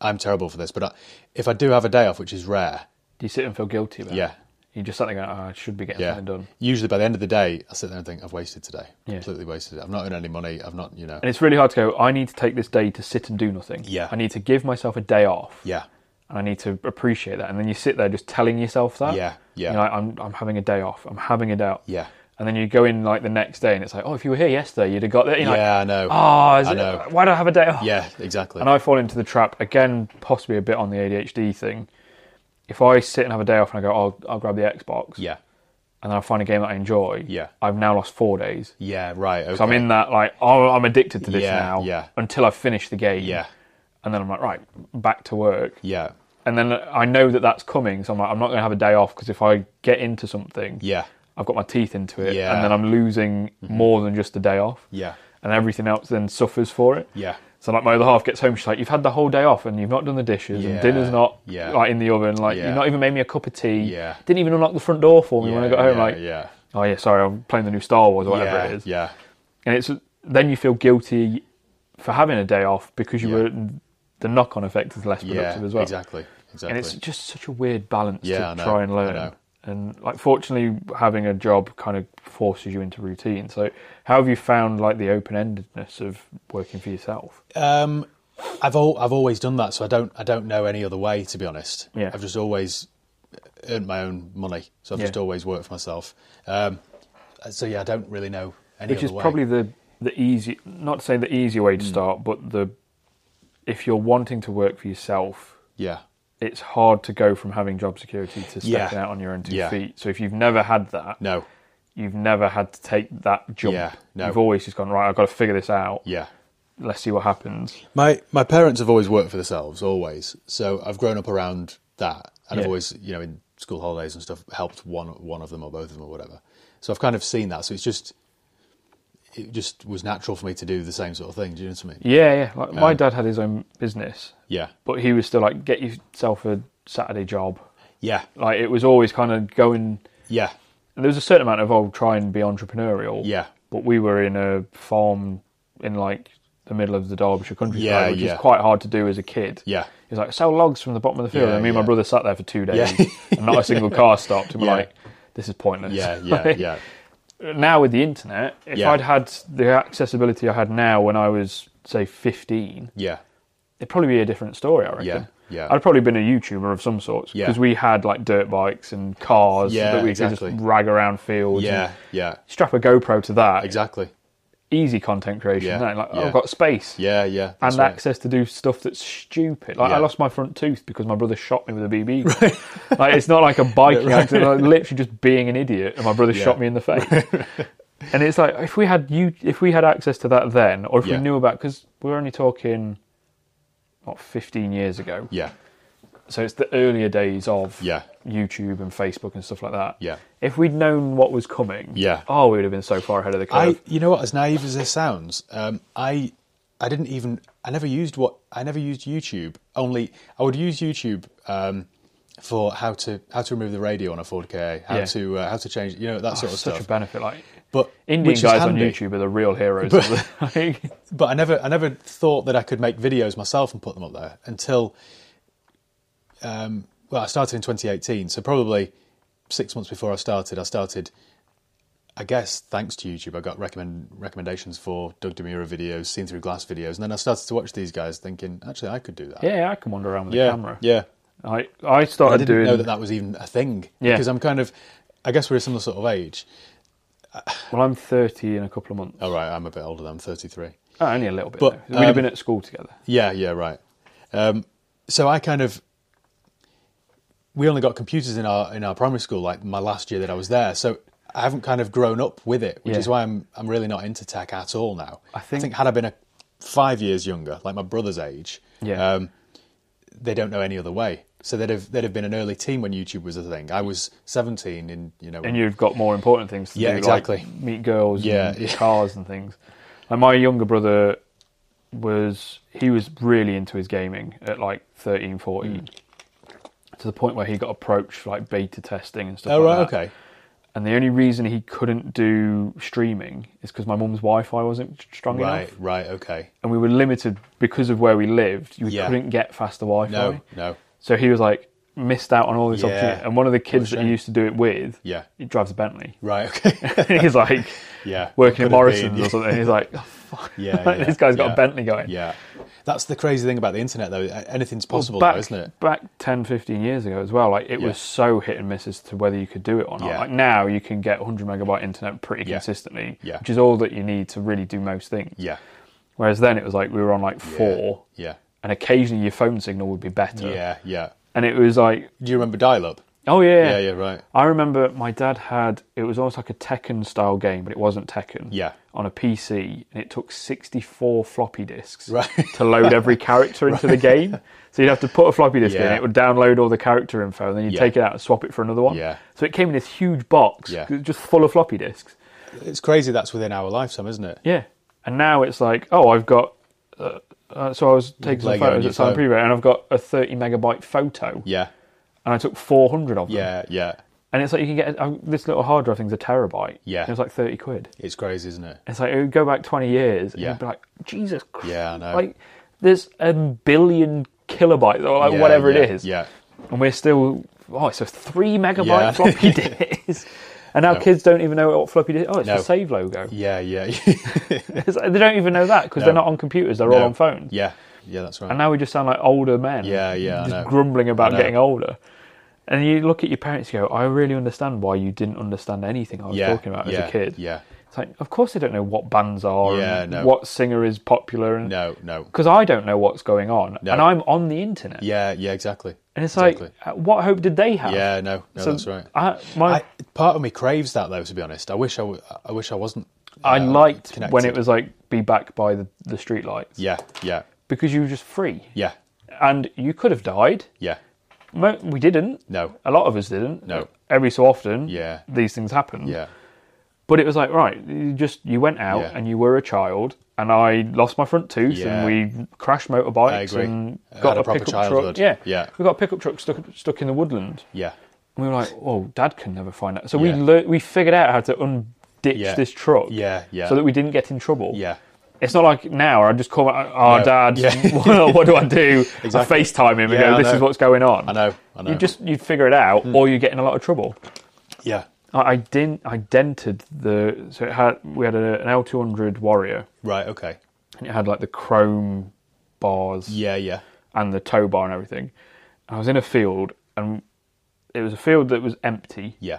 I'm terrible for this, but I, if I do have a day off, which is rare,
do you sit and feel guilty about? it?
Yeah.
you just sat there going, oh, "I should be getting
yeah.
something done,"
Usually by the end of the day, I sit there and think I've wasted today.
Yeah.
Completely wasted. it. I've not earned any money. I've not, you know.
and it's really hard to go. I need to take this day to sit and do nothing.
Yeah.
I need to give myself a day off.
Yeah.
and I need to appreciate that. And then you sit there just telling yourself that.
Yeah, yeah.
You know, I'm I'm having a day off. I'm having a day off.
Yeah.
And then you go in like the next day, and it's like, oh, if you were here yesterday, you'd have got that. You're like,
Yeah, I know.
Oh, is
I
it,
know.
why do I have a day off?
Yeah, exactly.
And I fall into the trap again, possibly a bit on the ADHD thing. If I sit and have a day off and I go, oh, I'll grab the Xbox,
yeah.
and then I find a game that I enjoy,
Yeah.
I've now lost four days.
Yeah, right. Okay.
So I'm in that like, oh, I'm addicted to this
Yeah,
now
yeah.
until I finish the game.
Yeah.
And then I'm like, right, back to work
Yeah.
and then I know that that's coming, so I'm like, I'm not going to have a day off because if I get into something,
Yeah.
I've got my teeth into it,
Yeah. Mm-hmm.
and then I'm losing more than just a day off,
Yeah.
and everything else then suffers for it.
Yeah.
So like my other half gets home, she's like, "You've had the whole day off, and you've not done the dishes,
Yeah.
and dinner's not
Yeah.
like in the oven, like
Yeah.
you've not even made me a cup of tea,
Yeah.
didn't even unlock the front door for me when I
yeah,
got home,
yeah,
like,
yeah.
oh yeah, sorry, I'm playing the new Star Wars or whatever
yeah,
it is,
Yeah.
and it's then you feel guilty for having a day off because you
Yeah.
were the knock-on effect is less productive
Yeah.
as well,
Exactly. Exactly.
and it's just such a weird balance
Yeah, I
to
know,
try and
I
learn.
know.
And like, fortunately, having a job kind of forces you into routine. So, how have you found like the open endedness of working for yourself?
Um, I've al- I've always done that, so I don't I don't know any other way to be honest.
Yeah.
I've just always earned my own money, so I've
Yeah.
just always worked for myself. Um, so yeah, I don't really know any
Which
other
is
way. Hmm.
probably the the easy, not to say the easy way to start, but the if you're wanting to work for yourself,
yeah,
it's hard to go from having job security to stepping
Yeah.
out on your own two
Yeah.
feet. So, if you've never had that,
no,
you've never had to take that jump.
Yeah, no.
You've always just gone right. I've got to figure this out.
yeah.
Let's see what happens.
My my parents have always worked for themselves, always. So I've grown up around that, and
Yeah.
I've always, you know, in school holidays and stuff, helped one one of them or both of them or whatever. So I've kind of seen that. So it's just, it just was natural for me to do the same sort of thing. Do you know what I mean?
Yeah, yeah. Like
Um,
my dad had his own business,
Yeah,
but he was still like, get yourself a Saturday job.
yeah,
Like it was always kind of going.
yeah,
And there was a certain amount of oh, try and be entrepreneurial.
Yeah.
But we were in a farm in like the middle of the Derbyshire countryside,
Yeah,
which
yeah.
is quite hard to do as a kid.
yeah,
He was like, sell logs from the bottom of the field.
Yeah,
and me and my
yeah.
brother sat there for two days,
Yeah.
and not a single car stopped. And we're
Yeah.
like, this is pointless.
yeah, yeah,
Like,
yeah,
Now with the internet, if
Yeah.
I'd had the accessibility I had now when I was say 15,
yeah,
it'd probably be a different story, I reckon.
Yeah, yeah.
I'd probably been a YouTuber of some sorts
Yeah.
because we had like dirt bikes and cars
Yeah,
that we could
exactly.
just rag around fields.
yeah,
and
yeah,
strap a GoPro to that.
exactly.
Easy content creation.
Yeah,
isn't it? Like oh,
yeah.
I've got space
Yeah, yeah,
and
that's right.
access to do stuff that's stupid. Like I
Yeah.
lost my front tooth because my brother shot me with a BB. gun. like it's not like a biking accident. Like, literally just being an idiot, and my brother
Yeah.
shot me in the face. and it's like if we had you, if we had access to that then, or if
Yeah.
we knew about, because we we're only talking what 15 years ago.
Yeah,
So it's the earlier days of
Yeah.
YouTube and Facebook and stuff like that.
Yeah.
If we'd known what was coming,
Yeah.
oh, we would have been so far ahead of the curve.
I, you know what? As naive as this sounds, um, I, I didn't even, I never used what, I never used YouTube. Only I would use YouTube um, for how to how to remove the radio on a 4K, how
Yeah. Oh,
to uh, how to change, you know, that sort of
such
stuff.
a benefit. Like
but
Indian
which is
guys on
handy.
YouTube are the real heroes. of the, like,
but I never I never thought that I could make videos myself and put them up there until um, well I started in 2018 so probably six months before I started I started I guess thanks to YouTube I got recommend recommendations for Doug Demura videos seen through glass videos and then I started to watch these guys thinking actually I could do that
yeah, I can wander around with a
yeah
camera.
yeah
I I
I
started
didn't
doing
know that that was even a thing
Yeah.
because I'm kind of I guess we're a similar sort of age
well. I'm 30 in a couple of months.
all right I'm a bit older than I'm 33
Oh, only a little bit.
But,
though. we'd have
um,
been at school together.
Yeah, yeah, right. Um, so I kind of we only got computers in our in our primary school like my last year that I was there. So I haven't kind of grown up with it, which
Yeah.
is why I'm I'm really not into tech at all now.
I think-
had I been a five years younger, like my brother's age,
Yeah.
um, they don't know any other way. So they'd have they'd have been an early teen when YouTube was a thing. I was seventeen, in you know,
and you've got more important things to
Yeah,
do,
exactly.
like meet girls,
Yeah,
and
yeah.
cars and things. Like my younger brother was, he was really into his gaming at like 13, 14,
Hmm.
to the point where he got approached for like beta testing and stuff.
oh
like
right,
that.
okay,
And the only reason he couldn't do streaming is because my mum's Wi-Fi wasn't strong
right,
enough,
right, okay,
and we were limited because of where we lived. You
Yeah.
couldn't get faster Wi-Fi.
no, no,
So he was like missed out on all this
Yeah.
opportunity. And one of the kids that he
shame.
used to do it with,
Yeah.
he drives a Bentley.
right, okay,
he's like
yeah,
working at
Could have been,
Morrison's
yeah.
or something. He's like, oh, fuck.
Yeah,
Like,
yeah,
this guy's got
yeah.
a Bentley going.
Yeah. That's the crazy thing about the internet, though. A- Anything's possible,
back,
though, isn't it?
back 10, 15 years ago as well, like it
Yeah.
was so hit and miss as to whether you could do it or not.
Yeah.
Like now you can get 100 megabyte internet pretty
Yeah.
consistently,
Yeah.
which is all that you need to really do most things.
Yeah.
Whereas then it was like we were on like four,
Yeah.
and occasionally your phone signal would be better.
Yeah. Yeah.
And it was like,
Do you remember dial up?
oh yeah.
Yeah. Yeah. Right.
I remember my dad had it was almost like a Tekken style game, but it wasn't Tekken.
Yeah.
On a PC, and it took 64 floppy disks
Right.
to load every character into the game. So you'd have to put a floppy disk in,
Yeah.
it would download all the character info, and then you'd
Yeah.
take it out and swap it for another one.
Yeah.
So it came in this huge box,
Yeah.
just full of floppy disks.
It's crazy that's within our lifetime, isn't it?
Yeah. And now it's like, oh, I've got. Uh, uh, so I was taking
play a game
some
on
photos
your
at San
phone.
Preview, and I've got a 30 megabyte photo,
Yeah.
and I took 400 of them.
Yeah. Yeah.
And it's like you can get uh, this little hard drive thing's a terabyte.
Yeah.
And it was like thirty quid.
It's crazy, isn't it?
It's like it would go back twenty years, and
Yeah.
you'd be like, Jesus Christ!
Yeah, I know.
Like there's a billion kilobytes or like
Yeah,
whatever it
yeah,
is,
Yeah.
and we're still oh, it's a three megabyte
Yeah.
floppy disk. And our
No.
kids don't even know what floppy disk. Oh, it's
No.
the Save logo.
Yeah. Yeah.
It's like, they don't even know that because they're
No.
not on computers; they're all
No.
on phones.
yeah. Yeah. That's right.
And now we just sound like older men.
Yeah, yeah, I
Just
know.
grumbling about
know.
getting older. And you look at your parents and go, I really understand why you didn't understand anything I was
yeah.
talking about
yeah,
as a kid.
Yeah.
It's like, of course they don't know what bands are
Yeah,
and
no.
what singer is popular. and
No. No.
Because I don't know what's going on.
No.
And I'm on the internet.
Yeah. Yeah. Exactly.
And it's
Exactly.
like, uh, what hope did they have?
Yeah. No. No.
So
that's right.
I, my,
I, part of me craves that though. To be honest, I wish I, w- I wish I wasn't.
I
uh,
liked when
connected.
it was like, be back by the, the streetlights.
Yeah. Yeah.
Because you were just free.
Yeah.
And you could have died.
Yeah.
Mo- We didn't.
No.
A lot of us didn't.
No.
Every so often,
Yeah.
these things happen.
Yeah.
But it was like, right, you just you went out
Yeah.
and you were a child, and I lost my front tooth,
Yeah.
and we crashed
I
motorbikes,
agree.
and
Had
got
a
a,
proper
pickup
childhood.
truck. Yeah,
Yeah.
We got a pickup truck stuck stuck in the woodland.
Yeah.
And we were like, oh, Dad can never find that. So
Yeah.
we lear we figured out how to unditch
Yeah.
this truck.
Yeah. Yeah.
So that we didn't get in trouble.
yeah.
It's not like now I just call my oh
No.
dad,
Yeah.
what, what do I do? I FaceTime him and
Yeah, I
go, This
know.
is what's going on.
I know. I know. Hmm.
You just you figure it out or you get in a lot of trouble.
yeah.
I, I didn't. I dented the. So it had. We had a, an L two hundred Warrior,
Right. Okay.
and it had like the chrome bars
Yeah. Yeah.
and the tow bar and everything. And I was in a field, and it was a field that was empty.
Yeah.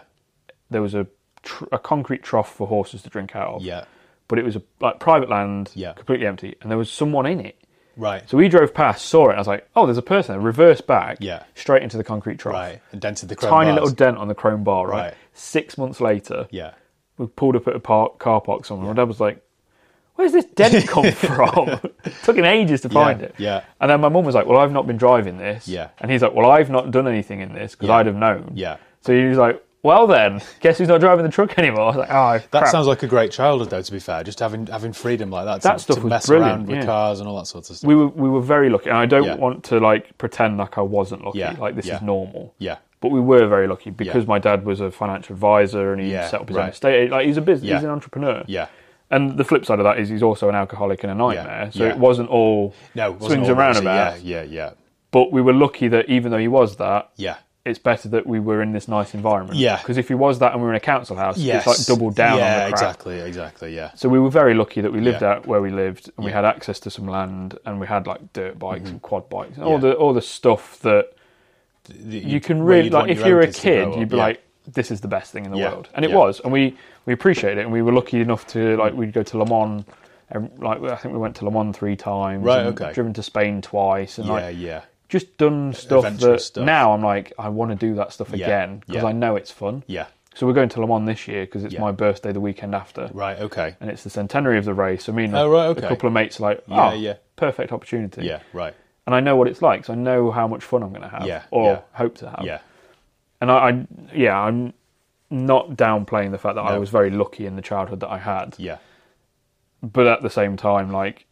There was a tr- a concrete trough for horses to drink out of.
Yeah.
But it was a like private land,
Yeah.
completely empty, and there was someone in it.
Right.
So we drove past, saw it, and I was like, "Oh, there's a person." there." Reversed back,
Yeah.
straight into the concrete trough.
right. And dented the chrome
Tiny
bars.
little dent on the chrome bar, right?
Right.
Six months later,
Yeah.
we pulled up at a park, car park somewhere. My dad was like, "Where's this dent come from?" It Took him ages to find it.
yeah.
And then my mum was like, "Well, I've not been driving this."
Yeah.
And he's like, "Well, I've not done anything in this because I'd have known."
Yeah.
So he was like, well then, guess who's not driving the truck anymore? I was like, oh,
That
crap.
sounds like a great childhood, though. To be fair, just having having freedom like that,
That
to,
stuff
to
was
mess
brilliant,
around with
yeah.
cars and all that sort of stuff.
we were we were very lucky, and I don't
Yeah.
want to like pretend like I wasn't lucky.
Yeah,
Like this
yeah.
is normal.
yeah,
But we were very lucky because
Yeah.
my dad was a financial advisor and he
Yeah,
set up his own
right.
estate. Like he's a business,
Yeah.
he's an entrepreneur.
yeah.
And the flip side of that is he's also an alcoholic and a nightmare. So
yeah.
it wasn't all
No, it wasn't
swings
all
and
rosy.
roundabouts.
Yeah, yeah, yeah,
But we were lucky that even though he was that,
yeah.
it's better that we were in this nice environment.
Yeah.
Because if he was that and we were in a council house,
Yes.
it's like double down
Yeah,
on the crap.
exactly, exactly. Yeah,
So we were very lucky that we lived
Yeah. Mm-hmm.
out where we lived and we had access to some land and we had like dirt bikes and quad bikes and all
Yeah.
the all the stuff that
The-
you can
where
really
you'd
like
want
if
your
you're
own
a
kids to grow
kid
up,
you'd be
yeah.
like this is the best thing in the
Yeah,
world and it
yeah.
was and we we appreciated it and we were lucky enough to like we'd go to Le Mans and like I think we went to Le Mans three times
Right,
and
okay.
driven to Spain twice and
yeah,
like
yeah,
just done stuff that
Adventurous stuff.
now I'm like I want to do that stuff again because
yeah.
I know it's fun
yeah.
so we're going to Le Mans this year because it's
Yeah.
my birthday the weekend after
Right, okay.
and it's the centenary of the race I mean
Oh, right, okay.
a couple of mates are like oh
Yeah, yeah.
perfect opportunity
Yeah, right.
and I know what it's like so I know how much fun I'm going to have
Yeah,
or
yeah.
hope to have
Yeah,
and I, I yeah, I'm not downplaying the fact that I
No.
was very lucky in the childhood that I had,
yeah,
but at the same time, like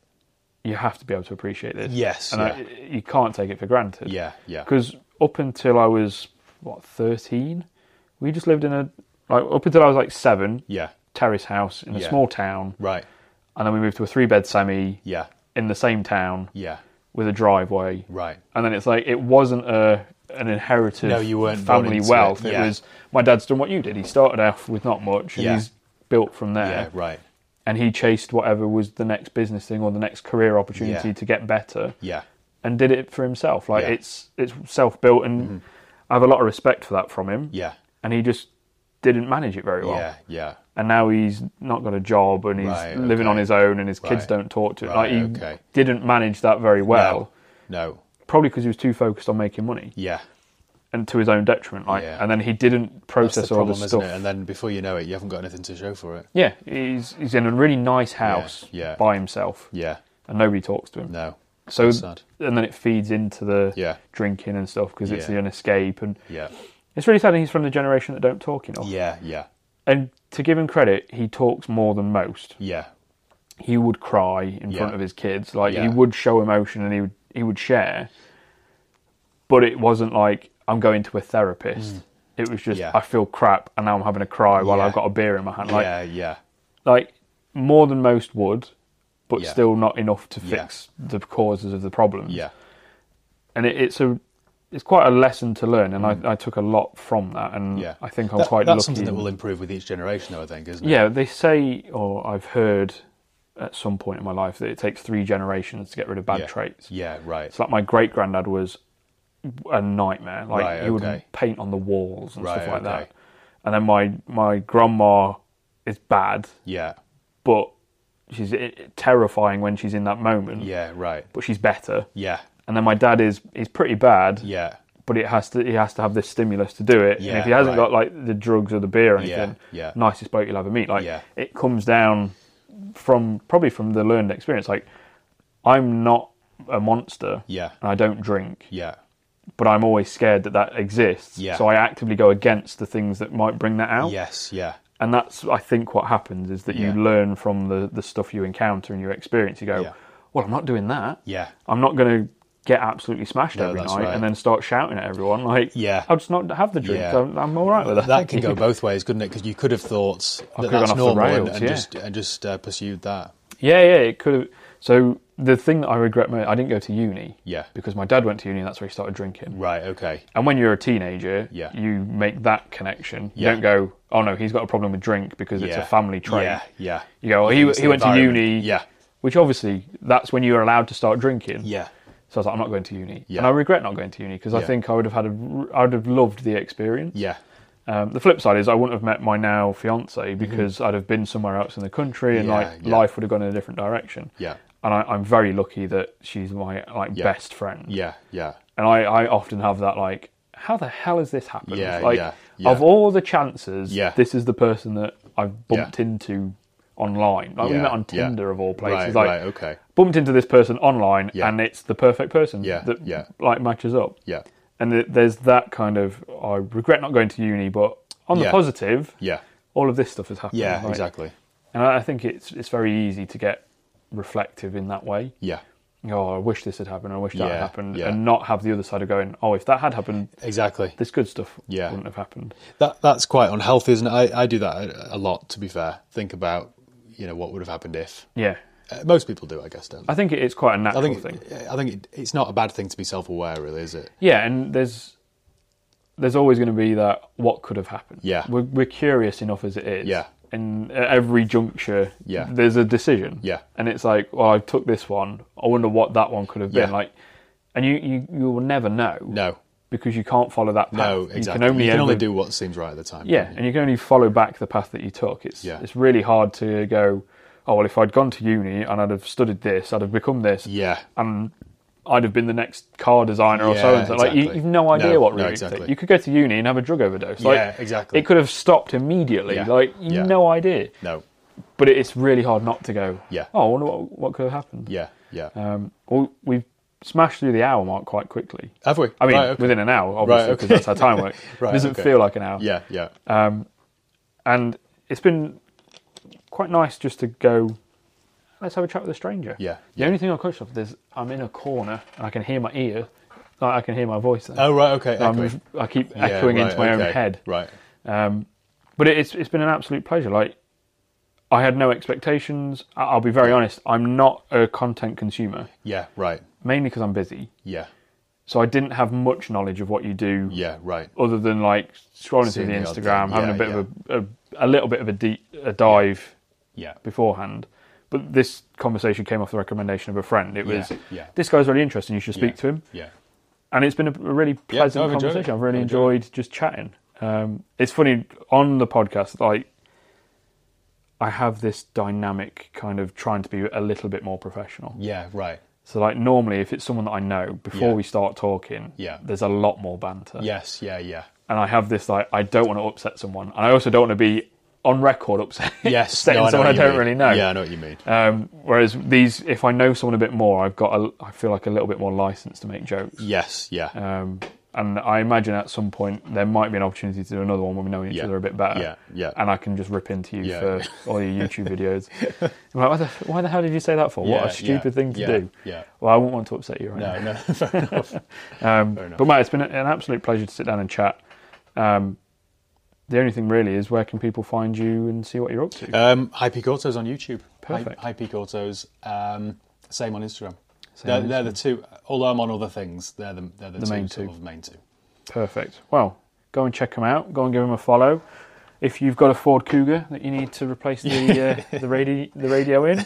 you have to be able to appreciate this.
Yes,
and I, you can't take it for granted.
yeah, yeah.
because up until I was what thirteen, we just lived in a like up until I was like seven
Yeah,
terrace house in a
Yeah.
small town,
right.
and then we moved to a three bed semi
Yeah,
in the same town
yeah,
with a driveway,
right.
and then it's like it wasn't a an inherited
No, you weren't born
family
into
wealth. It,
it, yeah.
was my dad's done what you did. He started off with not much, and
Yeah.
he's built from there.
Yeah, right.
And he chased whatever was the next business thing or the next career opportunity
Yeah.
to get better,
Yeah,
and did it for himself. Like
Yeah. Mm-hmm.
it's it's self built, and I have a lot of respect for that from him.
yeah,
And he just didn't manage it very well.
yeah, yeah.
And now he's not got a job, and he's
Right,
living
okay.
on his own, and his kids
Right.
don't talk to him.
Right,
like he
okay.
didn't manage that very well.
No, no.
Probably because he was too focused on making money
Yeah.
and to his own detriment. Like,
Yeah.
and then he didn't
That's
process
the
all
problem,
the
isn't
stuff.
it? And then before you know it, you haven't got anything to show for it.
Yeah, he's he's in a really nice house
yeah.
by himself,
Yeah,
and nobody talks to him.
no.
so,
that's sad.
and then it feeds into the
Yeah.
drinking and stuff because it's
Yeah.
an escape, and
Yeah,
it's really sad. And he's from the generation that don't talk enough.
yeah, yeah,
And to give him credit, he talks more than most.
yeah,
He would cry in
Yeah.
front of his kids, like he
Yeah.
would show emotion, and he would he would share. But it wasn't like I'm going to a therapist. It was just
Mm. Yeah.
I feel crap, and now I'm having a cry while
Yeah.
I've got a beer in my hand. Like
yeah, yeah,
like more than most would, but
Yeah.
still not enough to
Yeah.
fix the causes of the problems.
yeah,
And it, it's a it's quite a lesson to learn, and I, I took a lot from that, and
Mm. yeah.
I think I'm
That-
quite
That's
lucky.
something that will improve with each generation, though, I think, isn't it?
yeah, they say, or I've heard at some point in my life that it takes three generations to get rid of bad
yeah.
traits.
Yeah, right.
It's like my great granddad was a nightmare. Like
Right,
he would
okay.
paint on the walls and stuff
Right,
like that.
okay.
And then my my grandma is bad,
Yeah,
but she's i- i- terrifying when she's in that moment.
yeah, right.
But she's better.
Yeah,
And then my dad is is pretty bad,
yeah,
but it has to he has to have this stimulus to do it. and
Yeah,
if he hasn't
right.
got like the drugs or the beer or
Yeah,
anything,
yeah.
nicest bloke you'll ever meet. Like
Yeah.
it comes down from probably from the learned experience. Like I'm not a monster.
Yeah.
And I don't drink,
yeah,
but I'm always scared that that exists.
Yeah.
So I actively go against the things that might bring that out
yes, yeah,
and that's I think what happens is that
Yeah.
you learn from the the stuff you encounter and you experience. You go,
Yeah.
well, I'm not doing that.
yeah,
I'm not going to get absolutely smashed
No,
every
that's
night
right.
and then start shouting at everyone. Like,
Yeah.
I'll just not have the drink.
Yeah.
I'm, I'm all right with that.
That can go both ways, couldn't it? Because you could have thought
could
that
have
that's
gone off the
normal and,
rails,
and
yeah.
just and just uh, pursued that.
yeah, yeah, it could have. So the thing that I regret, mo- I didn't go to uni.
Yeah.
because my dad went to uni and that's where he started drinking.
Right. Okay.
And when you're a teenager,
Yeah.
you make that connection. You
Yeah.
don't go, oh no, he's got a problem with drink because it's
Yeah.
a family trait.
Yeah. Yeah.
You go, oh, he,
It's
he
the
went to
environment.
uni.
Yeah.
Which obviously, that's when you're allowed to start drinking.
Yeah.
So I was like, I'm not going to uni,
Yeah.
and I regret not going to uni because I
Yeah.
think I would have had a, I would have loved the experience.
Yeah.
Um, the flip side is I wouldn't have met my now fiance because I'd have been somewhere else in the country, and
Mm-hmm. Yeah,
like
yeah.
life would have gone in a different direction.
Yeah.
And I, I'm very lucky that she's my like
Yeah.
best friend,
Yeah. Yeah.
and I, I often have that like, how the hell has this happened?
Yeah,
like
yeah, yeah.
of all the chances,
Yeah.
this is the person that I've bumped into online. Like we
Yeah,
met on
yeah.
Tinder of all places.
Right.
like
right. Okay.
bumped into this person online
Yeah.
and it's the perfect person
Yeah,
that
yeah.
like matches up
Yeah.
and th- there's that kind of i regret not going to uni but on the
Yeah.
positive,
Yeah.
all of this stuff is happening.
Yeah,
like-
exactly.
And I I think it's it's very easy to get reflective in that way.
Yeah.
Oh, I wish this had happened. I wish that had
Yeah,
happened,
yeah.
and not have the other side of going, oh, if that had happened,
Exactly.
this good stuff
Yeah.
wouldn't have happened.
That that's quite unhealthy, isn't it? I, I do that a, a lot to be fair. Think about, you know, what would have happened if.
Yeah,
Uh, most people do, I guess, don't
I think it is quite a
they? I
natural
think
thing.
I think it, it's not a bad thing to be self-aware really, is it?
Yeah, and there's there's always going to be that what could have happened.
Yeah.
we're, we're curious enough as it is.
Yeah.
and at every juncture,
Yeah.
there's a decision.
Yeah.
and it's like, well, I took this one. I wonder what that one could have been
Yeah.
like. And you, you, you will never know.
No.
because you can't follow that path.
No,
Ah, You
exactly.
can only, ever-
do what seems right at the time.
Yeah,
can't you?
and you can only follow back the path that you took. It's
Yeah.
it's really hard to go. Oh well, if I'd gone to uni and I'd have studied this, I'd have become this,
Yeah.
and I'd have been the next car designer or
Yeah,
so and so. Like you,
exactly.
you've no idea
No,
what
no,
really.
exactly.
You could go to uni and have a drug overdose. Like,
Yeah, exactly.
It could have stopped immediately.
Yeah,
Like you
yeah.
have no idea.
No.
But it- it's really hard not to go.
Yeah.
Oh, I wonder what what could have happened.
Yeah. Yeah.
Um, well, we've smashed through the hour mark quite quickly.
Have we?
I mean,
Right, okay.
within an hour, obviously,
Right,
because
okay.
that's how time works.
Right,
it doesn't
okay.
feel like an hour.
Yeah. Yeah.
And it's been quite nice just to go, let's have a chat with a stranger.
Yeah,
The only thing I'm conscious of is I'm in a corner and I can hear my ear, like I can hear my voice. There.
oh right. Okay.
I'm,
echoing.
I keep
Yeah,
echoing
right,
into my
okay.
own head.
Right.
Um, but it, it's, it's been an absolute pleasure. Like, I had no expectations. I- I'll be very honest, I'm not a content consumer,
Yeah. Right.
mainly because I'm busy.
Yeah.
So I didn't have much knowledge of what you do
Yeah. Right.
other than like scrolling
Seeing
through the
the odd
Instagram,
thing.
having a
Yeah,
bit of a, a a little bit of a deep a dive
Yeah.
beforehand. But this conversation came off the recommendation of a friend. It was
Yeah, yeah.
this guy's really interesting. You should speak
Yeah.
to him.
Yeah.
And it's been a, a really pleasant
I've enjoyed it.
conversation. I've really
I've
enjoyed, just chatting. Um, it's funny on the podcast. Like I have this dynamic kind of trying to be a little bit more professional.
Yeah. Right.
So like normally, if it's someone that I know, before
Yeah.
we start talking,
Yeah.
there's a lot more banter
Yes. Yeah. Yeah.
and I have this like I don't want to upset someone, and I also don't want to be on record upset
Yes.
upsetting
no, I know what
someone I
you
don't
mean.
really know.
Yeah. I know what you mean.
Um, whereas these, if I know someone a bit more, I've got a, I feel like a little bit more license to make jokes.
Yes. Yeah.
Um, and I imagine at some point there might be an opportunity to do another one when we know each
Yeah.
other a bit better.
Yeah, yeah.
And I can just rip into you
Yeah.
for all your YouTube videos. I'm like, why the, why the hell did you say that for?
Yeah,
what a stupid
yeah,
thing to
yeah,
do.
yeah.
Well, I wouldn't want to upset you right now.
no. No. Fair enough.
Um,
enough.
but Matt, it's been an absolute pleasure to sit down and chat. Um, the only thing really is where can people find you and see what you're up to?
Um, High Peak Autos on YouTube.
Perfect.
High, High Peak Autos. Um, same on Instagram.
Same
they're,
on
they're the two. Although I'm on other things, they're the they're the, two
main
sort
two.
of main two.
Perfect. Well, go and check them out. Go and give them a follow. If you've got a Ford Cougar that you need to replace the uh, the radio the radio in,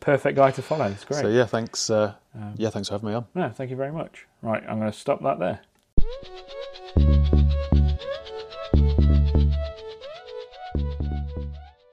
perfect guy to follow. It's great.
So yeah,
Um,
thanks. Uh, yeah, thanks for having me on.
No, thank you very much. Right, I'm going to stop that there.
Thank you.